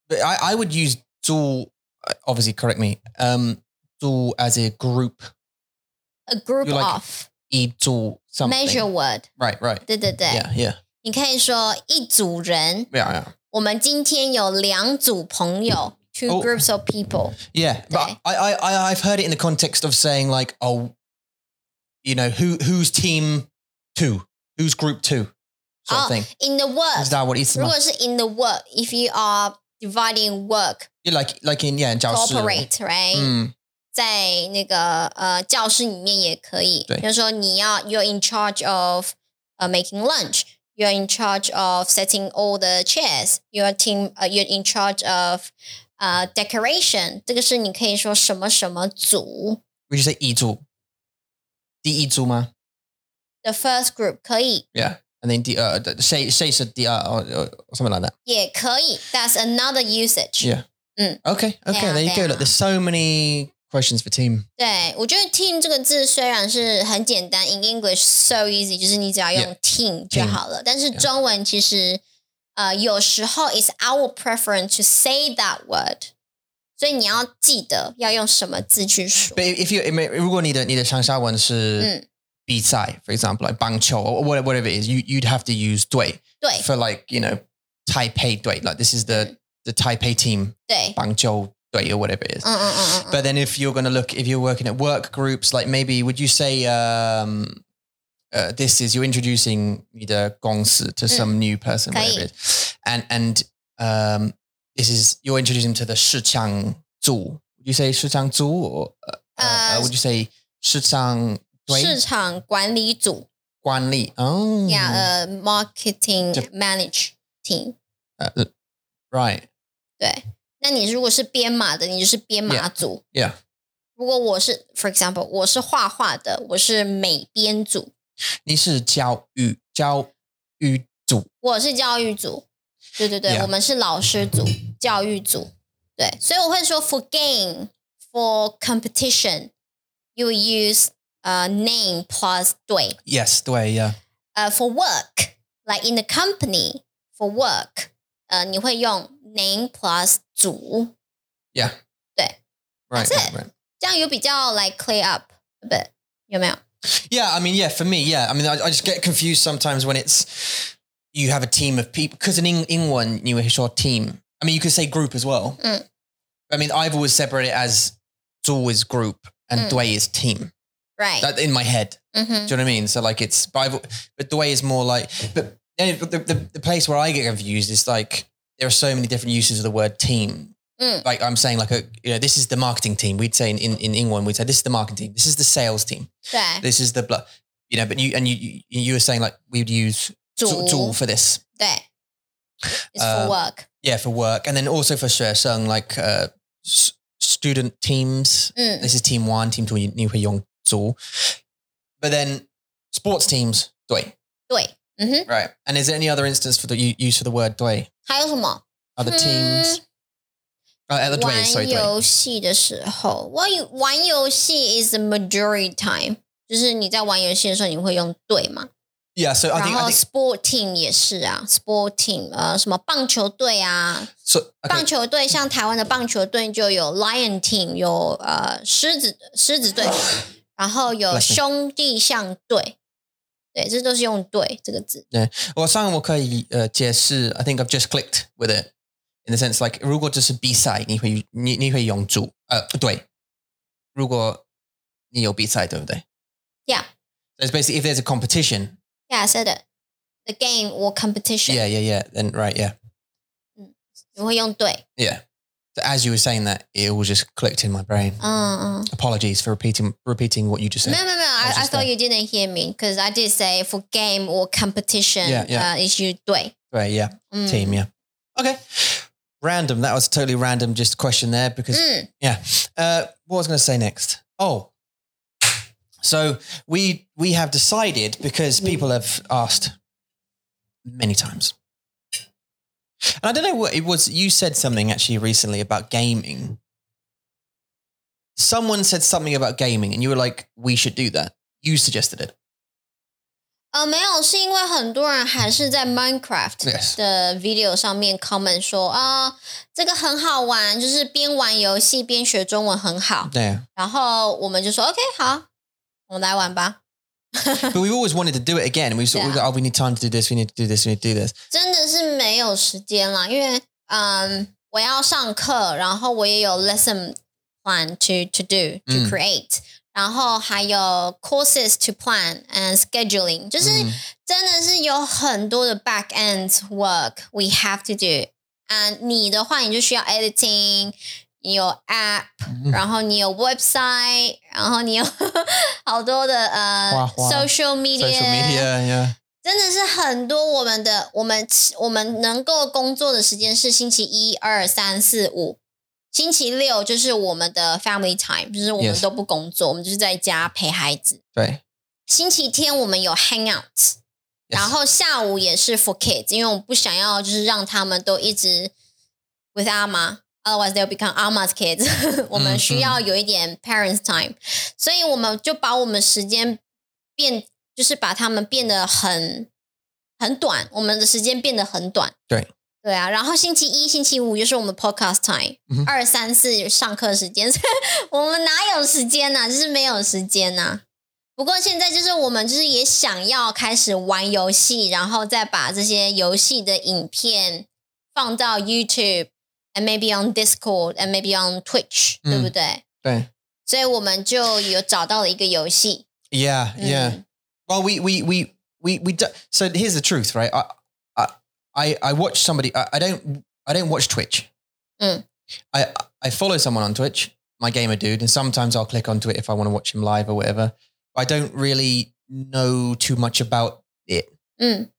Speaker 1: But I, I would use Zhu. uh, Obviously, correct me. Um, Zhu as a group.
Speaker 2: ，a group
Speaker 1: You like
Speaker 2: of
Speaker 1: E Zhu something.
Speaker 2: measure word，
Speaker 1: Right. Right.
Speaker 2: 对对对
Speaker 1: Yeah. Yeah.
Speaker 2: 你可以说一组人，
Speaker 1: Yeah. Yeah.
Speaker 2: 我们今天有两组朋友，two
Speaker 1: 哦
Speaker 2: groups of people，
Speaker 1: Yeah,
Speaker 2: Okay.
Speaker 1: but I, I, I, I've heard it in the context of saying like, oh, you know, who who's team two, who's group two, sort
Speaker 2: Oh,
Speaker 1: of thing.
Speaker 2: in the
Speaker 1: Is
Speaker 2: work，
Speaker 1: that what it's
Speaker 2: 如
Speaker 1: about?
Speaker 2: 果是 in the work，if you are dividing work
Speaker 1: Yeah, like like in yeah, in Jiaosu.
Speaker 2: cooperate，right？
Speaker 1: Mm,
Speaker 2: 在那个呃教室里面也可以，
Speaker 1: 对
Speaker 2: 比如说你要 you're in charge of 呃 making lunch，you're in charge of setting all the chairs，your team 呃 you're in charge of 呃 decoration，这个是你可以说什么什么组
Speaker 1: would you say 一组? D 一组吗?
Speaker 2: the first group 可以
Speaker 1: Yeah, and then D uh the- say say so D uh, or, or something like that.
Speaker 2: 也可以，that's another usage。
Speaker 1: Yeah.
Speaker 2: Mm.
Speaker 1: Okay. Okay.
Speaker 2: Yeah,
Speaker 1: there you
Speaker 2: yeah.
Speaker 1: go. Look, there's so many questions for team.
Speaker 2: 对，我觉得 team 这个字虽然是很简单，in English so easy，就是你只要用
Speaker 1: Yeah. 嗯
Speaker 2: team 就好了。但是
Speaker 1: Yeah.
Speaker 2: 中文其实呃有时候 is our preference to say that word，所以你要记得要用什么字去说
Speaker 1: But。if you, if you 如果你的你的长沙文是
Speaker 2: 嗯，
Speaker 1: 比赛，for example, like 棒球 or whatever whatever it is, you you'd have to use 对。
Speaker 2: 对
Speaker 1: for like you know Taipei Dui, like this is the the Taipei team
Speaker 2: 对，
Speaker 1: Bangzhou Dui or whatever it is.
Speaker 2: 嗯嗯嗯嗯嗯，
Speaker 1: But then if you're going to look, if you're working at work groups, like maybe would you say um, uh, this is you're introducing the gongsi to some new person,
Speaker 2: Okay.
Speaker 1: whatever it is, and and um, this is you're introducing to the Shichang Zhu. Would you say Shichang Zhu or uh, uh,
Speaker 2: Uh,
Speaker 1: would you say Shichang
Speaker 2: 市场管理组
Speaker 1: Guan Li? Oh,
Speaker 2: 呀，呃，marketing
Speaker 1: 就
Speaker 2: manage team。
Speaker 1: Uh, right.
Speaker 2: 对，那你如果是编码的，你就是编码
Speaker 1: Yeah.
Speaker 2: 组。
Speaker 1: Yeah.
Speaker 2: 如果我是，for example，我是画画的，我是美编组，
Speaker 1: 你是教育教育组
Speaker 2: 我是教育组，对对对
Speaker 1: Yeah.
Speaker 2: 我们是老师组、教育组，对，所以我会说 for game for competition you use 呃、name plus 对，
Speaker 1: Yes, the way, yeah.
Speaker 2: 呃、for work like in the company for work 呃你会用 name plus 组，
Speaker 1: Yeah.
Speaker 2: 对
Speaker 1: Right,
Speaker 2: That's
Speaker 1: right, right.
Speaker 2: 这样有比较 like clear up a bit 有没有？
Speaker 1: Yeah, I mean, yeah, for me, yeah. I mean, I, I just get confused sometimes when it's you have a team of people because in Eng- England, you were sure team. I mean, you could say group as well.
Speaker 2: Mm.
Speaker 1: I mean, I've always separated it as Zhu is group and
Speaker 2: Mm.
Speaker 1: Dway is team.
Speaker 2: Right，
Speaker 1: That in my head.
Speaker 2: 嗯哼，
Speaker 1: Do you know what I mean? So like it's but, I've, but the way is more like but then the, the the place where I get confused is like there are so many different uses of the word team.
Speaker 2: Mm.
Speaker 1: Like I'm saying, like a you know, this is the marketing team. We'd say in, in, in England, we'd say this is the marketing team. This is the sales team.
Speaker 2: 对，
Speaker 1: This is the blah. You know, but you and you you, you were saying like we'd use tool,
Speaker 2: 组
Speaker 1: tool for this.
Speaker 2: 对，it's
Speaker 1: 呃
Speaker 2: for work。
Speaker 1: Yeah, for work, and then also for Shuesheng, like uh, s- student teams.
Speaker 2: 嗯
Speaker 1: This is team one, team two, you young tool. But then sports teams, doi.，
Speaker 2: 对，嗯哼，
Speaker 1: Right. And is there any other instance for the u- use of the word dui?
Speaker 2: 还有什么？
Speaker 1: Other
Speaker 2: Hmm.
Speaker 1: teams? Uh, other dui, sorry,
Speaker 2: 玩
Speaker 1: dui.
Speaker 2: 游戏的时候，玩玩游戏 is the majority time，就是你在玩游戏的时候，你会用对嘛？
Speaker 1: Yeah, so I
Speaker 2: 然
Speaker 1: think,
Speaker 2: 后
Speaker 1: I think
Speaker 2: sport team 也是啊，sport team 呃，什么棒球队啊，
Speaker 1: so.
Speaker 2: 棒
Speaker 1: Okay.
Speaker 2: 球队像台湾的棒球队就有 lion team，有呃狮子狮子队，然后有
Speaker 1: Bless you.
Speaker 2: 兄弟象队，对，这都是用对这个字。
Speaker 1: Well, 我上我可以呃解释 I think I've just clicked with it in the sense like 如果这是比赛，你会你你会用主呃对，如果你有比赛，对不对？So
Speaker 2: Yeah.
Speaker 1: it's basically if there's a competition.
Speaker 2: Yeah, I said it. The game or competition，、
Speaker 1: Yeah, yeah, yeah. Then right, yeah,
Speaker 2: 你会用对。
Speaker 1: yeah. So as you were saying that, it all just clicked in my brain.
Speaker 2: 嗯嗯。
Speaker 1: Apologies for repeating repeating what you just said.
Speaker 2: No, no, no. I,
Speaker 1: was
Speaker 2: I
Speaker 1: just
Speaker 2: thought
Speaker 1: there.
Speaker 2: you didn't hear me because I did say for game or competition
Speaker 1: Yeah, yeah.
Speaker 2: Uh, issue. 对，
Speaker 1: Right, yeah.
Speaker 2: 嗯
Speaker 1: Team, yeah. Okay. Random. That was a totally random just question there because
Speaker 2: 嗯
Speaker 1: uh what was I gonna say next? Oh. So we we have decided because people have asked many times. And I don't know what it was you said something actually recently about gaming. Someone said something about gaming and you were like, we should do that. You suggested it.
Speaker 2: 呃，没有，是因为很多人还是在 Minecraft
Speaker 1: Yes.
Speaker 2: 的 video 上面 comment 说啊、这个很好玩，就是边玩游戏边学中文很好。
Speaker 1: Yeah.
Speaker 2: 然后我们就说 OK，好，我们来玩吧。
Speaker 1: but we've always wanted to do it again. We've sort of
Speaker 2: Yeah.
Speaker 1: got, oh, we need time to do this, we need to do this, we need to do this.
Speaker 2: 真的是没有时间啦，因为嗯，我要上课，然后我也有 lesson plan to to do to
Speaker 1: 嗯
Speaker 2: create，、然后还有 courses to plan and scheduling，就是
Speaker 1: 嗯
Speaker 2: 真的是有很多的 back end work we have to do。嗯，你的话你就需要 editing，你有 app，、然
Speaker 1: Mm.
Speaker 2: 后你有 website，然后你有 好多的呃
Speaker 1: 花花
Speaker 2: social media，,
Speaker 1: Social media, yeah.
Speaker 2: 真的是很多我们的我们我们能够工作的时间是星期一、二、三、四、五，星期六就是我们的 family time，就是我们
Speaker 1: Yes.
Speaker 2: 都不工作，我们就是在家陪孩子。
Speaker 1: Right.
Speaker 2: 星期天我们有 hang out，、
Speaker 1: Yes.
Speaker 2: 然后下午也是 for kids，因为我不想要就是让他们都一直 with a m a Otherwise, they'll become Alma's kids. 我
Speaker 1: 嗯
Speaker 2: 们需要有一点 parents time，所以我们就把我们时间变，就是把他们变得很很短，我们的时间变得很短。
Speaker 1: 对，
Speaker 2: 对啊。然后星期一、星期五就是我们 podcast time，
Speaker 1: 嗯哼
Speaker 2: 二三四上课时间， 我们哪有时间呐、就是没有时间呐、不过现在就是我们就是也想要开始玩游戏，然后再把这些游戏的影片放到 YouTube and maybe on Discord and maybe on Twitch，、
Speaker 1: 嗯
Speaker 2: 对不对？
Speaker 1: Right.
Speaker 2: 所以我们就有找到了一个游戏，
Speaker 1: Yeah,
Speaker 2: 嗯
Speaker 1: yeah. Well, we we we we we. Do, so here's the truth, right? I I I, I watch somebody. I, I don't I don't watch Twitch.
Speaker 2: Mm.
Speaker 1: I I follow someone on Twitch, my gamer dude, and sometimes I'll click onto it if I want to watch him live or whatever. I don't really know too much about it.
Speaker 2: Mm.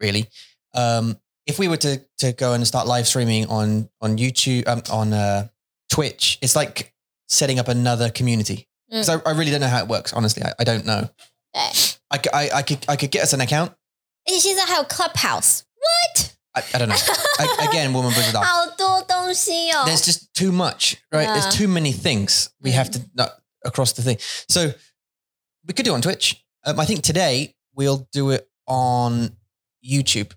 Speaker 1: Really, um, if we were to to go and start live streaming on on YouTube um, on uh, Twitch, it's like setting up another community.
Speaker 2: Mm.
Speaker 1: So I, I really don't know how it works. Honestly, I, I don't know.
Speaker 2: 对，
Speaker 1: I, c- I- I could I could get us an account.
Speaker 2: 而且现在还有 Clubhouse，
Speaker 1: I, I don't know. I, again, woman buzz it up.
Speaker 2: 好多东西哦。
Speaker 1: There's just too much, right?
Speaker 2: Yeah.
Speaker 1: There's too many things we have to no, across the thing. So we could do it on Twitch. Um, I think today we'll do it on YouTube.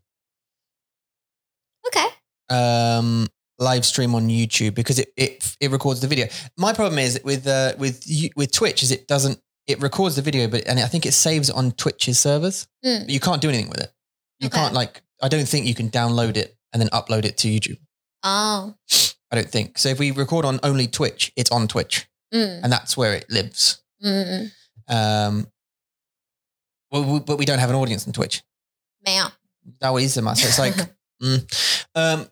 Speaker 2: OK，
Speaker 1: Um, live stream on YouTube because it it it records the video. My problem is with uh, with you- with Twitch is it doesn't it records the video, but and I think it saves on Twitch's servers.
Speaker 2: 嗯
Speaker 1: But you can't do anything with it. You
Speaker 2: Okay.
Speaker 1: can't like I don't think you can download it and then upload it to YouTube.
Speaker 2: 哦，
Speaker 1: I don't think. So if we record on only Twitch, it's on Twitch
Speaker 2: 嗯
Speaker 1: and that's where it lives.
Speaker 2: 嗯嗯，
Speaker 1: Um well, we, but we don't have an audience on Twitch.
Speaker 2: 没有，
Speaker 1: That is the matter. So it's like mm. um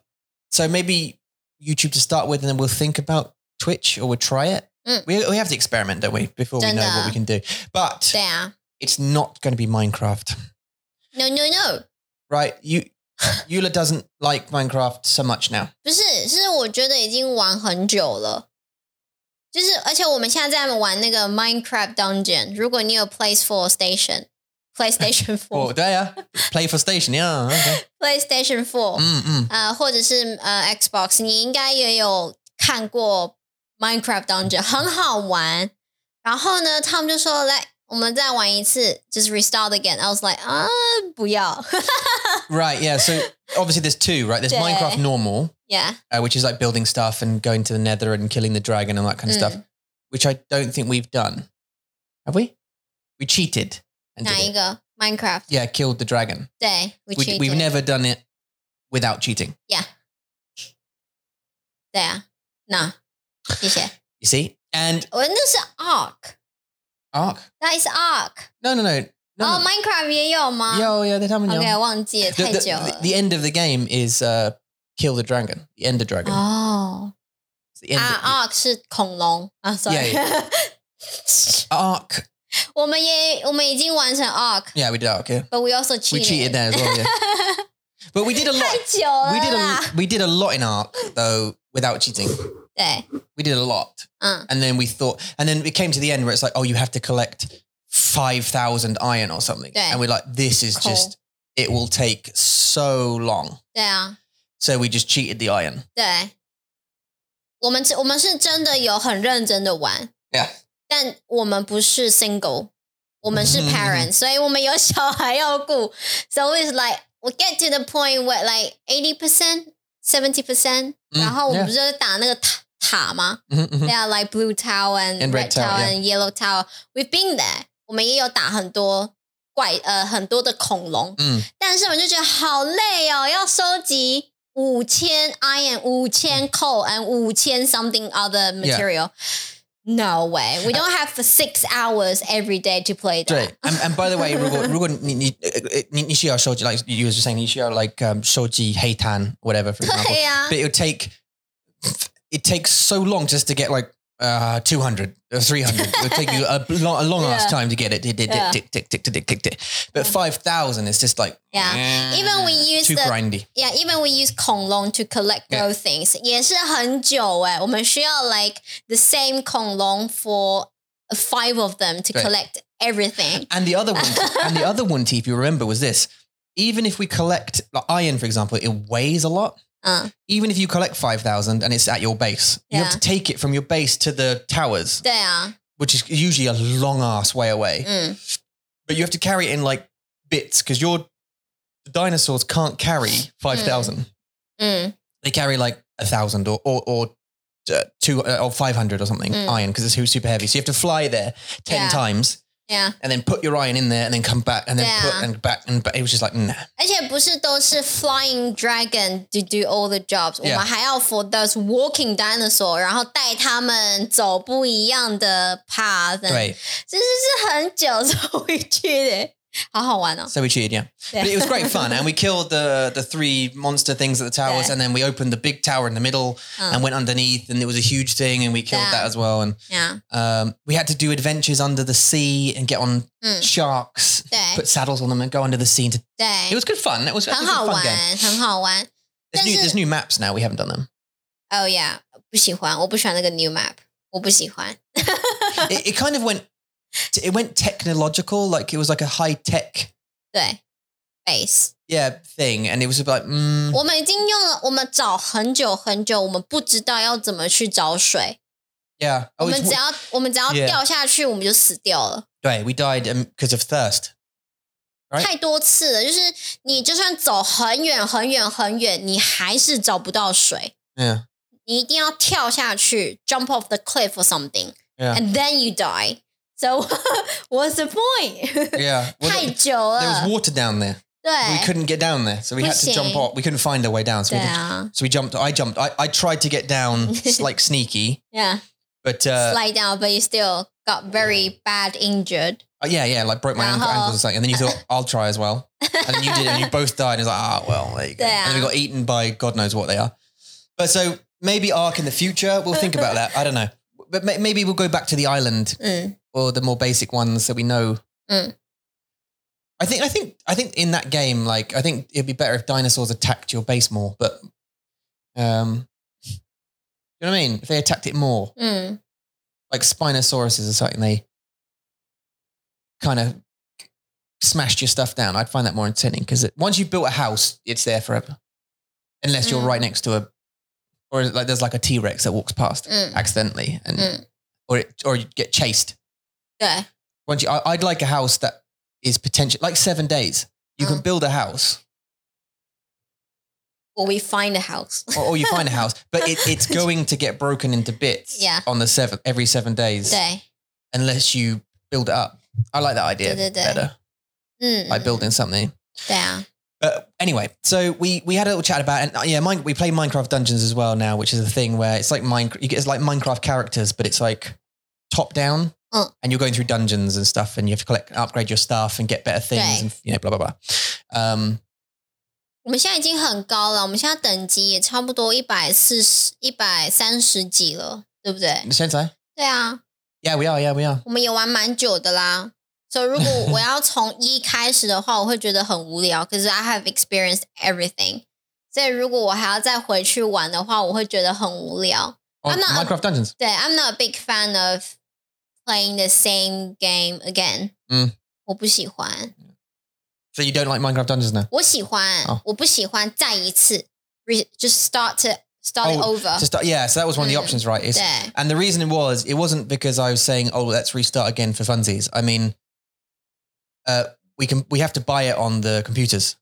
Speaker 1: so maybe YouTube to start with and then we'll think about Twitch or we'll try it.
Speaker 2: Mm.
Speaker 1: We, we have to experiment, don't we, before we know what we can do. But
Speaker 2: 对啊
Speaker 1: it's not going to be Minecraft.
Speaker 2: ，No No No，
Speaker 1: Right? You Eula doesn't like Minecraft so much now.
Speaker 2: 不是，是我觉得已经玩很久了。就是，而且我们现在在玩那个 Minecraft Dungeon。如果你有 Place Four Station、PlayStation
Speaker 1: Oh,
Speaker 2: Four、
Speaker 1: there. Play for station. Yeah. Okay.
Speaker 2: PlayStation Four，
Speaker 1: Mm, mm.
Speaker 2: 呃，或者是呃 Xbox，你应该也有看过 Minecraft Dungeon，很好玩。然后呢，他们就说来，我们再玩一次，就是 restart again。I was like，啊，不要
Speaker 1: Right. Yeah. So obviously there's two, right? There's
Speaker 2: Yeah.
Speaker 1: Minecraft normal,
Speaker 2: ，Yeah，
Speaker 1: uh, which is like building stuff and going to the nether and killing the dragon and that kind of
Speaker 2: Mm.
Speaker 1: stuff, which I don't think we've done. Have we? We cheated. And did
Speaker 2: 哪
Speaker 1: it.
Speaker 2: 一个 Minecraft？
Speaker 1: Yeah. Killed the dragon.
Speaker 2: 对，we
Speaker 1: We, we've
Speaker 2: cheated
Speaker 1: never done it without cheating.
Speaker 2: 对啊，那谢谢。
Speaker 1: You see? And
Speaker 2: 我那是 Ark，
Speaker 1: Ark?
Speaker 2: that is Ark。
Speaker 1: No, no, no. no, no.
Speaker 2: 哦、m i n e c r a f t 也有吗
Speaker 1: Yeah, oh, yeah. They're having
Speaker 2: ？OK，
Speaker 1: yeah.
Speaker 2: 忘记了
Speaker 1: the,
Speaker 2: 太久
Speaker 1: the,
Speaker 2: 了 Oh,
Speaker 1: the。end of the game is uh, kill the dragon, the ender dragon.
Speaker 2: 哦，
Speaker 1: in
Speaker 2: 啊，ark 是恐龙啊，sorry，
Speaker 1: Yeah, arc.
Speaker 2: 我们也我们已经完成 ark，but
Speaker 1: Yeah, we did arc. Yeah,
Speaker 2: we also cheated.
Speaker 1: we cheated there as well. Yeah, but we did a lot.
Speaker 2: 太久了
Speaker 1: We did a
Speaker 2: 啦，
Speaker 1: we did a lot in arc though without cheating.
Speaker 2: 对，
Speaker 1: We did a lot,
Speaker 2: 嗯，
Speaker 1: and then we thought, and then it came to the end where it's like, oh, you have to collect five thousand iron or something,
Speaker 2: Yeah.
Speaker 1: and we're like, this is
Speaker 2: Cool.
Speaker 1: just it will take so long.
Speaker 2: 对啊，
Speaker 1: So we just cheated the iron.
Speaker 2: 对，我们是我们是真的有很认真的玩，
Speaker 1: Yeah.
Speaker 2: 但我们不是 single，我们是
Speaker 1: 嗯
Speaker 2: parent，、所以我们有小孩要顾。So it's like we get to the point where like eighty percent, seventy percent，
Speaker 1: 嗯
Speaker 2: 然后我们
Speaker 1: Mm, yeah
Speaker 2: 不就是打那个塔塔吗
Speaker 1: Mhm, mhm.
Speaker 2: ？They are like blue tower and,
Speaker 1: And red tower,
Speaker 2: tower and yellow tower. We've been there，我们也有打很多怪呃很多的恐龙，
Speaker 1: Mm.
Speaker 2: 但是我就觉得好累哦，要收集五千 iron、五千 coal and 五千 something other material。No way, we don't have for six hours every day to play that.
Speaker 1: Uh Right. And, and by the way, 如果- uh, 如果你-你-你需要收集- like you were just saying, 你需要 like um, 收集 heitan, whatever, for example.
Speaker 2: 对呀、
Speaker 1: But it would take, it takes so long just to get like uh, 200 or 300. It would take you a long, a long ass
Speaker 2: Yeah.
Speaker 1: time to get it. Tick, tick,
Speaker 2: Yeah.
Speaker 1: tick, tick, tick, tick, tick, tick, tick. But 5,000 is just like,
Speaker 2: Yeah.
Speaker 1: eh,
Speaker 2: Even we use
Speaker 1: too
Speaker 2: the-
Speaker 1: grindy.
Speaker 2: yeah, even we use 恐龙 to collect
Speaker 1: Yeah.
Speaker 2: grow things，、也是很久哎、我们需要 like the same 恐龙 for five of them to
Speaker 1: 对
Speaker 2: collect everything。
Speaker 1: And the other one, and the other one, T, if you remember, was this. Even if we collect like iron, for example, it weighs a lot.
Speaker 2: 嗯，
Speaker 1: Even if you collect 5,000 and it's at your base, you have to take it from your base to the towers,
Speaker 2: 对啊，
Speaker 1: which is usually a long ass way away.
Speaker 2: 嗯，
Speaker 1: But you have to carry it in like bits because your the dinosaurs can't carry
Speaker 2: Hmm.
Speaker 1: 5,000.
Speaker 2: 嗯，
Speaker 1: They carry like a 1,000 or, or, or uh, two uh, or 500 or something
Speaker 2: Mm.
Speaker 1: iron because it's super heavy. So you have to fly there 10
Speaker 2: Yeah.
Speaker 1: times
Speaker 2: 对啊。
Speaker 1: and then put your iron in there and then come back and then put
Speaker 2: Yeah.
Speaker 1: and back and back. It was just like, nah.
Speaker 2: 而且不是都是 flying dragon to do all the jobs，、我
Speaker 1: Yeah.
Speaker 2: 们还要 for those walking dinosaur，然后带他们走不一样的 path，
Speaker 1: Right.
Speaker 2: 这是是很久才会去的，好好玩哦。
Speaker 1: So we cheated, yeah. But it was great fun. And we killed the the three monster things at the towers.
Speaker 2: Yeah.
Speaker 1: And then we opened the big tower in the middle and went underneath. And it was a huge thing. And we killed
Speaker 2: Yeah.
Speaker 1: that as well. And
Speaker 2: Yeah，
Speaker 1: um, we had to do adventures under the sea and get on
Speaker 2: Mm.
Speaker 1: sharks,
Speaker 2: 对
Speaker 1: put saddles on them and go under the sea. To,
Speaker 2: 对
Speaker 1: it was good fun. It was actually
Speaker 2: 很
Speaker 1: a good
Speaker 2: 好
Speaker 1: fun game.
Speaker 2: 玩，很好玩。
Speaker 1: There's new,
Speaker 2: Doesn't-
Speaker 1: there's new maps now. We haven't done them.
Speaker 2: Oh yeah，不喜欢，我不喜欢那个 new map，我不喜欢。
Speaker 1: it, it kind of went, it went technological. Like it was like a high tech,
Speaker 2: 对，base。
Speaker 1: yeah, thing. And it was like, mm,
Speaker 2: 我们已经用了，我们找很久很久，我们不知道要怎么去找水。
Speaker 1: yeah.
Speaker 2: 我
Speaker 1: Oh,
Speaker 2: 们
Speaker 1: it's-
Speaker 2: 只要我们只要
Speaker 1: Yeah.
Speaker 2: 掉下去，我们就死掉了。
Speaker 1: right, we died because of thirst. Right.
Speaker 2: 太多次了，就是你就算走很远很远很远，你还是找不到水。
Speaker 1: Yeah.
Speaker 2: 你一定要跳下去，jump off the cliff or something,
Speaker 1: Yeah.
Speaker 2: and then you die. So what's the point？
Speaker 1: Yeah. Well,
Speaker 2: 太
Speaker 1: there,
Speaker 2: 久
Speaker 1: there was
Speaker 2: 了，
Speaker 1: water down there. We
Speaker 2: 对，
Speaker 1: couldn't get down there. So we had to
Speaker 2: Pushing.
Speaker 1: jump off. We couldn't find our way down. So,
Speaker 2: 对
Speaker 1: we, did,
Speaker 2: 啊
Speaker 1: so we jumped. I jumped. I, I tried to get down s- like sneaky,
Speaker 2: ，Yeah,
Speaker 1: but uh,
Speaker 2: slide down, but you still got very bad injured.
Speaker 1: uh, yeah, yeah, like broke my ankle,
Speaker 2: Uh-huh.
Speaker 1: ankles or something. And then you thought, I'll try as well. And then you did it and you both died. And it's like, ah, well, there you go.
Speaker 2: Yeah.
Speaker 1: And then we got eaten by God knows what they are. But so maybe Ark in the future, we'll think about that. I don't know. But may- maybe we'll go back to the island
Speaker 2: 嗯
Speaker 1: or the more basic ones that we know.
Speaker 2: Mm.
Speaker 1: I think I think I think in that game, like I think it'd be better if dinosaurs attacked your base more, but um you know what I mean? If they attacked it more,
Speaker 2: 嗯，
Speaker 1: like Spinosauruses or something, they kind of smashed your stuff down. I'd find that more entertaining because once you've built a house, it's there forever. Unless you're
Speaker 2: Mm.
Speaker 1: right next to a, or like there's like a T Rex that walks past
Speaker 2: Mm.
Speaker 1: accidentally, and
Speaker 2: Mm.
Speaker 1: or it, or you get chased
Speaker 2: 对，
Speaker 1: once you, I, I'd like a house that is potential, like seven days. You can
Speaker 2: Mm.
Speaker 1: build a house,
Speaker 2: w e find a house.
Speaker 1: or, or you find a house, but it, it's going to get broken into bits
Speaker 2: Yeah.
Speaker 1: on the seven every seven days,
Speaker 2: 对，
Speaker 1: unless you build it up. I like that idea
Speaker 2: Da, da, da.
Speaker 1: better,
Speaker 2: 嗯，
Speaker 1: like building something.
Speaker 2: 对啊，
Speaker 1: But anyway, so we we had a little chat about and uh, yeah, mine, we play Minecraft Dungeons as well now, which is a thing where it's like Minecraft. You get it's like Minecraft characters, but it's like top down,
Speaker 2: Mm.
Speaker 1: and you're going through dungeons and stuff, and you have to collect, upgrade your stuff, and get better things,
Speaker 2: Right.
Speaker 1: and you know, blah blah blah. Um,
Speaker 2: 我们现在已经很高了，我们现在等级也差不多一百四十、一百三十几了，对不对？
Speaker 1: Sensei?
Speaker 2: 对啊，
Speaker 1: Yeah, we are. Yeah, we are.
Speaker 2: 我们也玩蛮久的啦。所以如果我要从一开始的话，我会觉得很无聊。可是 I have experienced everything，所以如果我还要再回去玩的话，我会觉得很无聊。
Speaker 1: Oh,
Speaker 2: I'm not-
Speaker 1: Minecraft Dungeons.
Speaker 2: 对，I'm not a big fan of playing the same game again。
Speaker 1: 嗯，
Speaker 2: 我不喜欢，
Speaker 1: So you don't like Minecraft Dungeons now?
Speaker 2: 我喜欢
Speaker 1: 哦
Speaker 2: 我不喜欢再一次，re just start to start it
Speaker 1: Oh,
Speaker 2: over。
Speaker 1: To start, yeah, so that was one of the
Speaker 2: Uh. Mm.
Speaker 1: options, right? It's,
Speaker 2: Yeah.
Speaker 1: And the reason it was, it wasn't because I was saying, "Oh, let's restart again for funsies." I mean, uh, we can we have to buy it on the computers,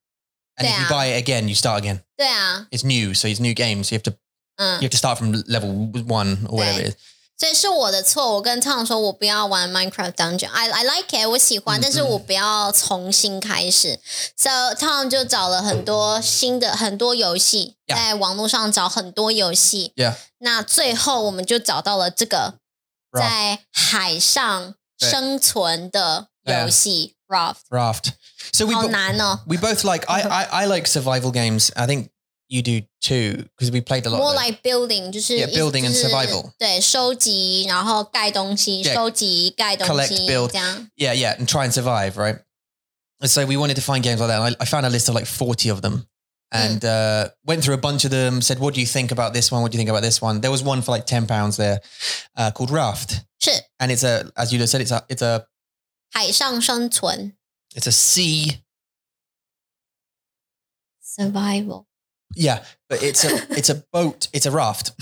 Speaker 1: and if
Speaker 2: Yeah.
Speaker 1: you buy it again, you start again.
Speaker 2: 对啊，
Speaker 1: It's new, so it's new game, so you have to you
Speaker 2: 嗯，
Speaker 1: have to start from level one or whatever
Speaker 2: Yeah.
Speaker 1: it is.
Speaker 2: 所以是我的错。我跟 Tom 说，我不要玩 Minecraft Dungeon。I I like it，我喜
Speaker 1: 嗯
Speaker 2: 欢，但是我不要重新开始。So Tom 就找了很多新的很多游戏
Speaker 1: Yeah.
Speaker 2: 在网络上找很多游戏。
Speaker 1: Yeah.
Speaker 2: 那最后我们就找到了这个
Speaker 1: Raft.
Speaker 2: 在海上生存的游戏 Raft，
Speaker 1: Raft. So 啊 we
Speaker 2: 好
Speaker 1: bo-
Speaker 2: 难哦。
Speaker 1: we both like I, I I like survival games. I think you do too because we played a lot. of
Speaker 2: More
Speaker 1: those.
Speaker 2: like building，就是
Speaker 1: Yeah, building and
Speaker 2: 就是
Speaker 1: survival.
Speaker 2: 对，收集，然后盖东西，
Speaker 1: Yeah.
Speaker 2: 收集盖东
Speaker 1: Collect,
Speaker 2: 西，
Speaker 1: build.
Speaker 2: 这样。
Speaker 1: Yeah, yeah, and try and survive, right? And So we wanted to find games like that. And I, I found a list of like 40 of them and uh, went through a bunch of them, said, What do you think about this one? What do you think about this one? There was one for like 10 pounds there uh, called Raft.
Speaker 2: 是
Speaker 1: And it's a, as you just said, it's a, it's a,
Speaker 2: 海上生存
Speaker 1: it's a sea.
Speaker 2: survival。
Speaker 1: Yeah, but it's a, it's a boat, it's a raft.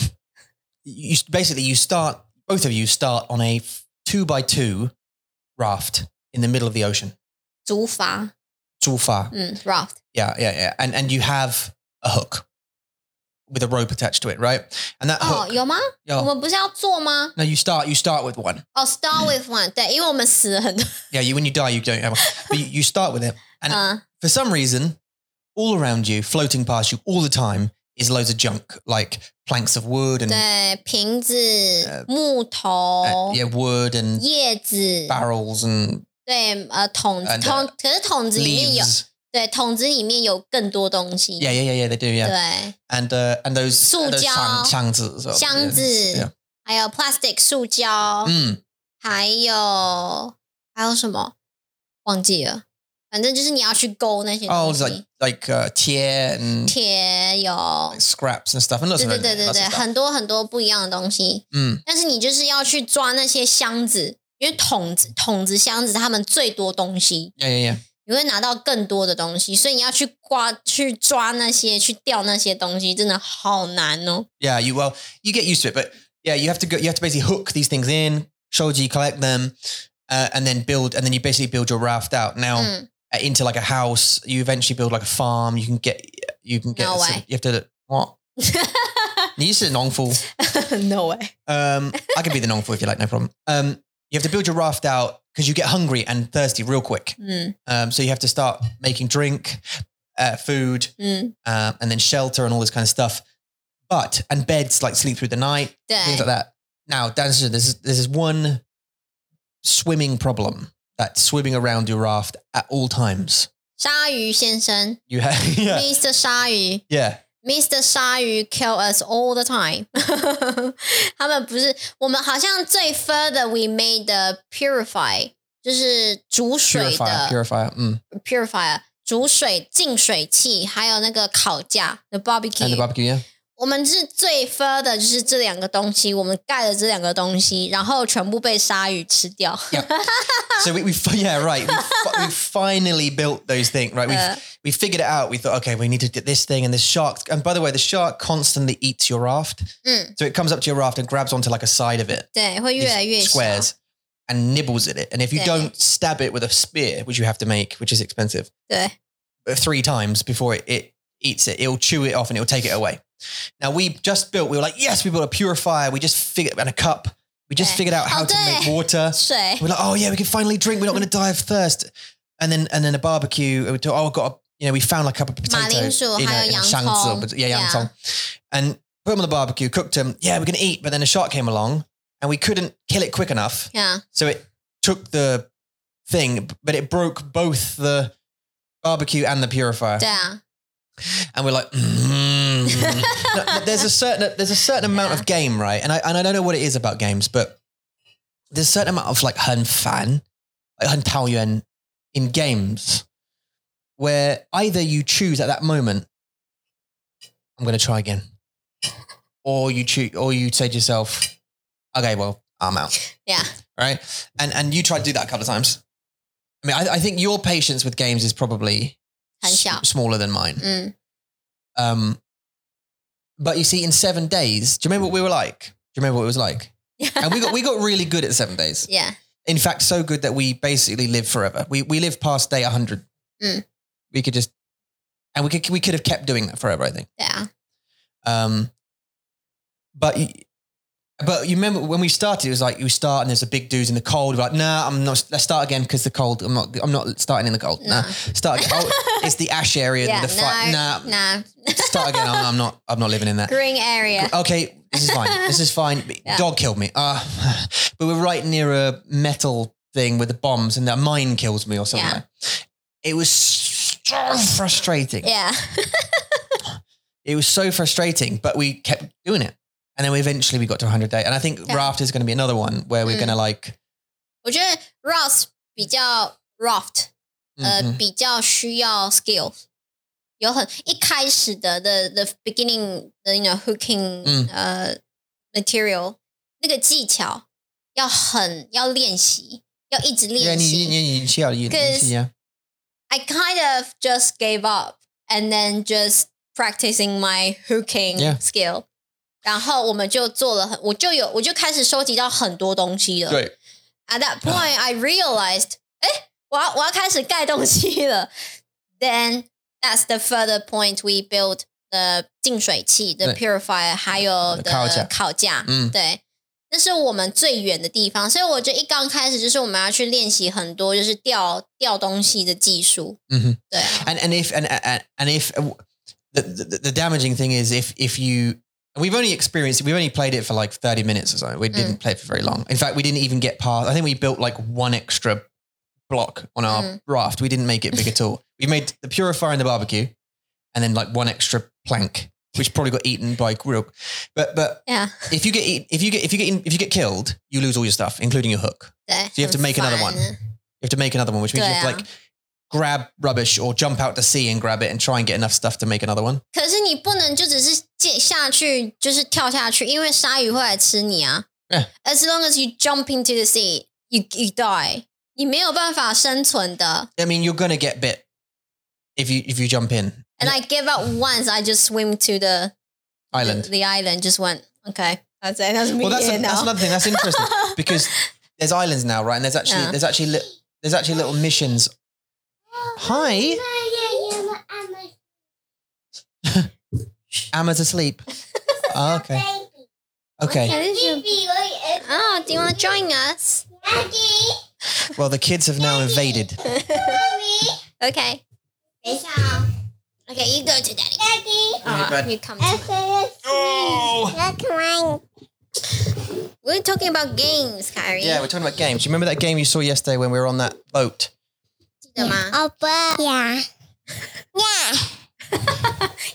Speaker 1: You basically, you start, both of you start on a two by two raft in the middle of the ocean.
Speaker 2: 竹筏，
Speaker 1: Zulfa.
Speaker 2: 嗯，raft，
Speaker 1: Yeah, yeah, yeah. And and you have a hook with a rope attached to it, right? And that
Speaker 2: 哦，
Speaker 1: hook.
Speaker 2: 有吗？
Speaker 1: 有
Speaker 2: 我们不是要做吗？
Speaker 1: No, you start. You start with one.
Speaker 2: 哦，start with one，对，因为我们死了很 多，
Speaker 1: Yeah, you when you die, you don't have one, but you, you start with it. And
Speaker 2: 嗯，
Speaker 1: for some reason, all around you, floating past you all the time, is loads of junk like planks of wood and
Speaker 2: 对，瓶
Speaker 1: 呃
Speaker 2: 子、木
Speaker 1: uh,
Speaker 2: 头、
Speaker 1: yeah, wood and
Speaker 2: 叶子，
Speaker 1: barrels and
Speaker 2: 对，呃，桶子
Speaker 1: And,
Speaker 2: 桶，可是桶子里面有，
Speaker 1: leaves.
Speaker 2: 对，桶子里面有更多东西，
Speaker 1: Yeah, yeah, yeah, yeah. They do. Yeah,
Speaker 2: 对，
Speaker 1: and uh, and those, and those
Speaker 2: 塑胶。
Speaker 1: shang, shangzi as well.
Speaker 2: 箱
Speaker 1: Yeah.
Speaker 2: 子，还有 plastic 塑胶，
Speaker 1: Mm.
Speaker 2: 还有还有什么？忘记了，反正就是你要去勾那些
Speaker 1: Oh,
Speaker 2: 东
Speaker 1: it's like
Speaker 2: 西，
Speaker 1: like uh, tear and
Speaker 2: 铁有。
Speaker 1: scraps and stuff and lots
Speaker 2: 对
Speaker 1: of
Speaker 2: 对对对
Speaker 1: lots
Speaker 2: 对，
Speaker 1: of stuff.
Speaker 2: 很多很多不一样的东西，
Speaker 1: Mm.
Speaker 2: 但是你就是要去抓那些箱子，因为桶子、桶子、箱子他们最多东西，
Speaker 1: Yeah, yeah, yeah.
Speaker 2: 你会拿到更多的东西，所以你要去刮、去抓那些、去钓那些东西，真的好难哦。
Speaker 1: Yeah, you well, you get used to it, but yeah, you have to go. You have to basically hook these things in, shoji, collect them, uh, and then build, and then you basically build your raft out now
Speaker 2: 嗯，
Speaker 1: uh, into like a house. You eventually build like a farm. You can get, you can get.
Speaker 2: No
Speaker 1: some-
Speaker 2: way.
Speaker 1: You have to what? You used to nongful.
Speaker 2: no way，
Speaker 1: Um, I can be the nongful if you like, no problem. Um, you have to build your raft out because you get hungry and thirsty real quick.
Speaker 2: 嗯
Speaker 1: Um, so you have to start making drink, uh, food,
Speaker 2: 嗯，
Speaker 1: uh, and then shelter and all this kind of stuff. But and beds like sleep through the night,
Speaker 2: 对
Speaker 1: things like that. Now, dancer, there's there's this one swimming problem that's swimming around your raft at all times.
Speaker 2: 鲨鱼先生
Speaker 1: You have yeah,
Speaker 2: ，Mr. 鲨鱼。
Speaker 1: yeah,
Speaker 2: Mr. 鲨鱼 kill us all the time 。 他们不是我们好像最 further we made the purify，就是煮水
Speaker 1: purifier,
Speaker 2: 的
Speaker 1: purifier, mm.
Speaker 2: purifier，煮水净水器，还有那个烤架的
Speaker 1: and the
Speaker 2: barbecue。
Speaker 1: barbecue, yeah,
Speaker 2: 我们是最 further 就是这两个东西，我们盖了这两个东西，然后全部被鲨鱼吃掉。
Speaker 1: so we, we fi- yeah right we, fi- we finally built those things right we
Speaker 2: Uh.
Speaker 1: have we figured it out we thought okay we need to do this thing and this shark and by the way the shark constantly eats your raft
Speaker 2: 嗯，
Speaker 1: so it comes up to your raft and grabs onto like a side of it
Speaker 2: 对，会越来越
Speaker 1: these
Speaker 2: 小。
Speaker 1: squares and nibbles at it. And if you
Speaker 2: Yeah.
Speaker 1: don't stab it with a spear, which you have to make, which is expensive,
Speaker 2: 对，
Speaker 1: uh, three times before it, it eats it, it'll chew it off and it'll take it away. Now we just built, we were like, yes, we built a purifier. We just figured and a cup. We just
Speaker 2: Yeah.
Speaker 1: figured out how
Speaker 2: Oh,
Speaker 1: to
Speaker 2: yeah.
Speaker 1: make water.
Speaker 2: 水
Speaker 1: We're like, oh yeah, we can finally drink. We're not going to die of thirst. And then, and then a barbecue. and We thought, oh, I've got a, you know, we found like a cup of potato.
Speaker 2: 马铃薯，
Speaker 1: in a-
Speaker 2: 还有
Speaker 1: in a
Speaker 2: 洋葱。
Speaker 1: shangzi, but- yeah,
Speaker 2: Yeah.
Speaker 1: 洋葱. And put them on the barbecue, cooked them. Yeah, we're going to eat. But then a shark came along and we couldn't kill it quick enough.
Speaker 2: 啊，
Speaker 1: So it took the thing, but it broke both the barbecue and the purifier.
Speaker 2: 对啊，
Speaker 1: and we're like, mm. No, but there's a certain there's a certain amount of game, right? And I and I don't know what it is about games, but there's a certain amount of like hun fan, like hun tao yuan in games, where either you choose at that moment, I'm going to try again, or you choose, or you say to yourself, okay, well, I'm out
Speaker 2: Yeah.
Speaker 1: right? And and you tried to do that a couple of times. I mean, I, I think your patience with games is probably
Speaker 2: Hand
Speaker 1: s-
Speaker 2: shout.
Speaker 1: smaller than mine.
Speaker 2: Mm.
Speaker 1: Um, but you see, in seven days, do you remember what we were like? Do you remember what it was like? And we got we got really good at seven days.
Speaker 2: yeah.
Speaker 1: In fact, so good that we basically live forever. We we live past day hundred.
Speaker 2: Mm.
Speaker 1: We could just, and we could we could have kept doing that forever. I think.
Speaker 2: Yeah.
Speaker 1: Um, but y- but you remember when we started, it was like you start and there's a big dude in the cold. We're like, nah, I'm not. Let's start again because the cold. I'm not. I'm not starting in the cold. Nah,
Speaker 2: No.
Speaker 1: start. Again. Oh, it's the ash area.
Speaker 2: Yeah.
Speaker 1: the fi-
Speaker 2: No.
Speaker 1: Nah,
Speaker 2: No.
Speaker 1: start again. I'm, I'm not. I'm not living in that.
Speaker 2: Green area.
Speaker 1: Okay, this is fine. This is fine.
Speaker 2: Yeah.
Speaker 1: Dog killed me. Uh, but we're right near a metal thing with the bombs, and that mine kills me or something.
Speaker 2: Yeah.
Speaker 1: like that. It was so frustrating.
Speaker 2: Yeah.
Speaker 1: It was so frustrating, but we kept doing it. And then we eventually we got to 100 day. And I think
Speaker 2: Yeah.
Speaker 1: Raft is going to be another one where we're
Speaker 2: Mm.
Speaker 1: going to like,
Speaker 2: 我觉得 Ross 比较 Raft，呃，
Speaker 1: mhm.
Speaker 2: 比较需要 skill，有很一开始的 the the beginning 的 you know hooking、
Speaker 1: 嗯
Speaker 2: 呃 material 那个技巧要很要练习，要一直
Speaker 1: yeah,
Speaker 2: 练
Speaker 1: you,
Speaker 2: 习。
Speaker 1: you, you, you see how you, you
Speaker 2: Because-
Speaker 1: see, yeah.
Speaker 2: I kind of just gave up and then just practicing my hooking
Speaker 1: Yeah.
Speaker 2: skill，然后我们就做了很，我就有我就开始收集到很多东西了。
Speaker 1: Great. Ah.
Speaker 2: At that point, I realized，哎，我要我要开始盖东西了。Then that's the further point we built the 净水器、the
Speaker 1: 对
Speaker 2: purifier，还有
Speaker 1: The
Speaker 2: the
Speaker 1: 烤架
Speaker 2: 烤架。
Speaker 1: 嗯
Speaker 2: 对，那是我们最远的地方。所以我觉得一刚开始就是我们要去练习很多就是吊吊东西的技术。
Speaker 1: Mhm.
Speaker 2: 对啊，
Speaker 1: And, and if, and, and, and if uh, the, the, the damaging thing is if, if you, we've only experienced, we've only played it for like 30 minutes or so. We didn't
Speaker 2: Mm.
Speaker 1: play it for very long. In fact, we didn't even get past, I think we built like one extra block on our
Speaker 2: Mm.
Speaker 1: raft. We didn't make it big at all. We made the purifier and the barbecue and then like one extra plank, which probably got eaten by Grook. But, but
Speaker 2: Yeah.
Speaker 1: if you get, eat- if you get, if you get, in, if you get killed, you lose all your stuff, including your hook.
Speaker 2: 对。
Speaker 1: So you have to
Speaker 2: 很
Speaker 1: make another
Speaker 2: 烦
Speaker 1: one. You have to make another one, which means you have to
Speaker 2: Yeah.
Speaker 1: like grab rubbish or jump out to sea and grab it and try and get enough stuff to make another one.
Speaker 2: 可是你不能就只是借下去，就是跳下去，因为鲨鱼会来吃你啊。
Speaker 1: Yeah.
Speaker 2: As long as you jump into the sea, you you die. 你没有办法生存的。
Speaker 1: I mean, you're going to get bit if you, if you jump in
Speaker 2: And I gave up once. I just swim to the
Speaker 1: island.
Speaker 2: The, the island just went okay. That's it. That's me
Speaker 1: Well, that's,
Speaker 2: here
Speaker 1: a,
Speaker 2: now.
Speaker 1: that's another thing. That's interesting because there's islands now, right? And there's actually
Speaker 2: Yeah.
Speaker 1: there's actually li- there's actually little missions. Hi, Emma's asleep. Oh, okay, okay.
Speaker 2: oh, do you want to join us?
Speaker 1: Well, the kids have now invaded.
Speaker 2: Okay. Okay, you go to daddy. Uh,
Speaker 1: bud.
Speaker 2: you come. To We're talking about games, Kyrie.
Speaker 1: Yeah, we're talking about games. Do you remember that game you saw yesterday when we were on that boat?
Speaker 2: 记得吗？
Speaker 3: Oh, but yeah,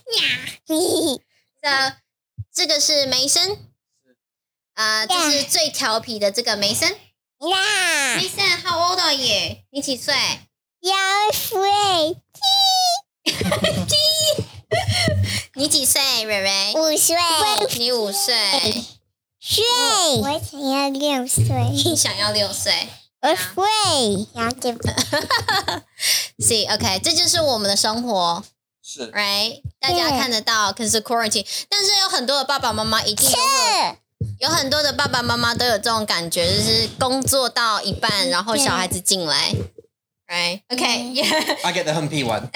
Speaker 3: yeah, yeah.
Speaker 2: 这这个是梅森，啊、这是最调皮的这个梅森。
Speaker 3: Yeah.
Speaker 2: 梅森，How old are you？你几岁？
Speaker 3: Yeah, three.
Speaker 2: 你几岁？蕊蕊，
Speaker 3: 五岁，
Speaker 2: 你五岁，
Speaker 3: 岁，我想要六岁，
Speaker 2: 你想要六岁。
Speaker 3: 我会，然后就
Speaker 2: See, OK，这就是我们的生活，right？大家看得到，可是 quarantine，但是有很多的爸爸妈妈一定都会，有很多的爸爸妈妈都有这种感觉，就是工作到一半，然后小孩子进来，right？OK，yeah，that's
Speaker 1: I get the humpy one,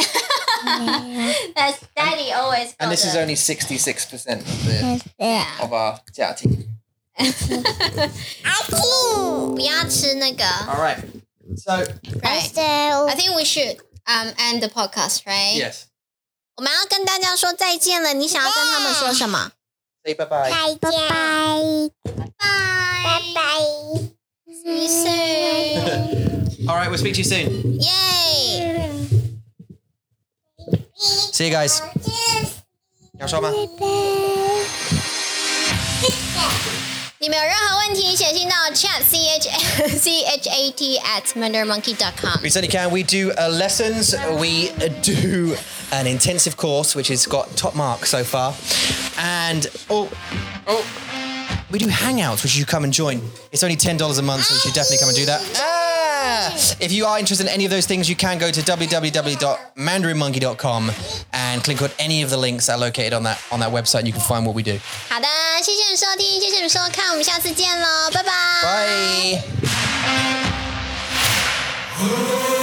Speaker 2: daddy always got the-
Speaker 1: only sixty six percent of the
Speaker 3: 对，
Speaker 1: of our chatting.
Speaker 3: 阿静，
Speaker 2: 不要吃那个。
Speaker 1: All right, so
Speaker 2: Right.
Speaker 3: 对
Speaker 2: I，think we should um end the podcast, right?
Speaker 1: yes,
Speaker 2: 我们要跟大家说再见了，你想要跟他们说什么
Speaker 1: say bye bye.
Speaker 3: 再见，拜拜，拜拜，
Speaker 2: ？See you soon.
Speaker 1: All right, we'll speak to you soon.
Speaker 2: Yay!
Speaker 1: See you guys. 要说吗？
Speaker 2: 你们有任何问题，写信到 chat c h c h a t at murdermonkey dot com。
Speaker 1: We certainly can. We do uh, lessons. We do an intensive course, which has got top marks so far. And oh, oh, we do hangouts, which you come and join. It's only ten dollars a month, so you should definitely come and do that. Ah! If you are interested in any of those things, you can go to www.mandarinmonkey.com and click on any of the links that are located on that on that website. And you can find what we do.
Speaker 2: 好的，谢谢你收听，谢谢你收看，我们下次见喽，拜拜。
Speaker 1: Bye.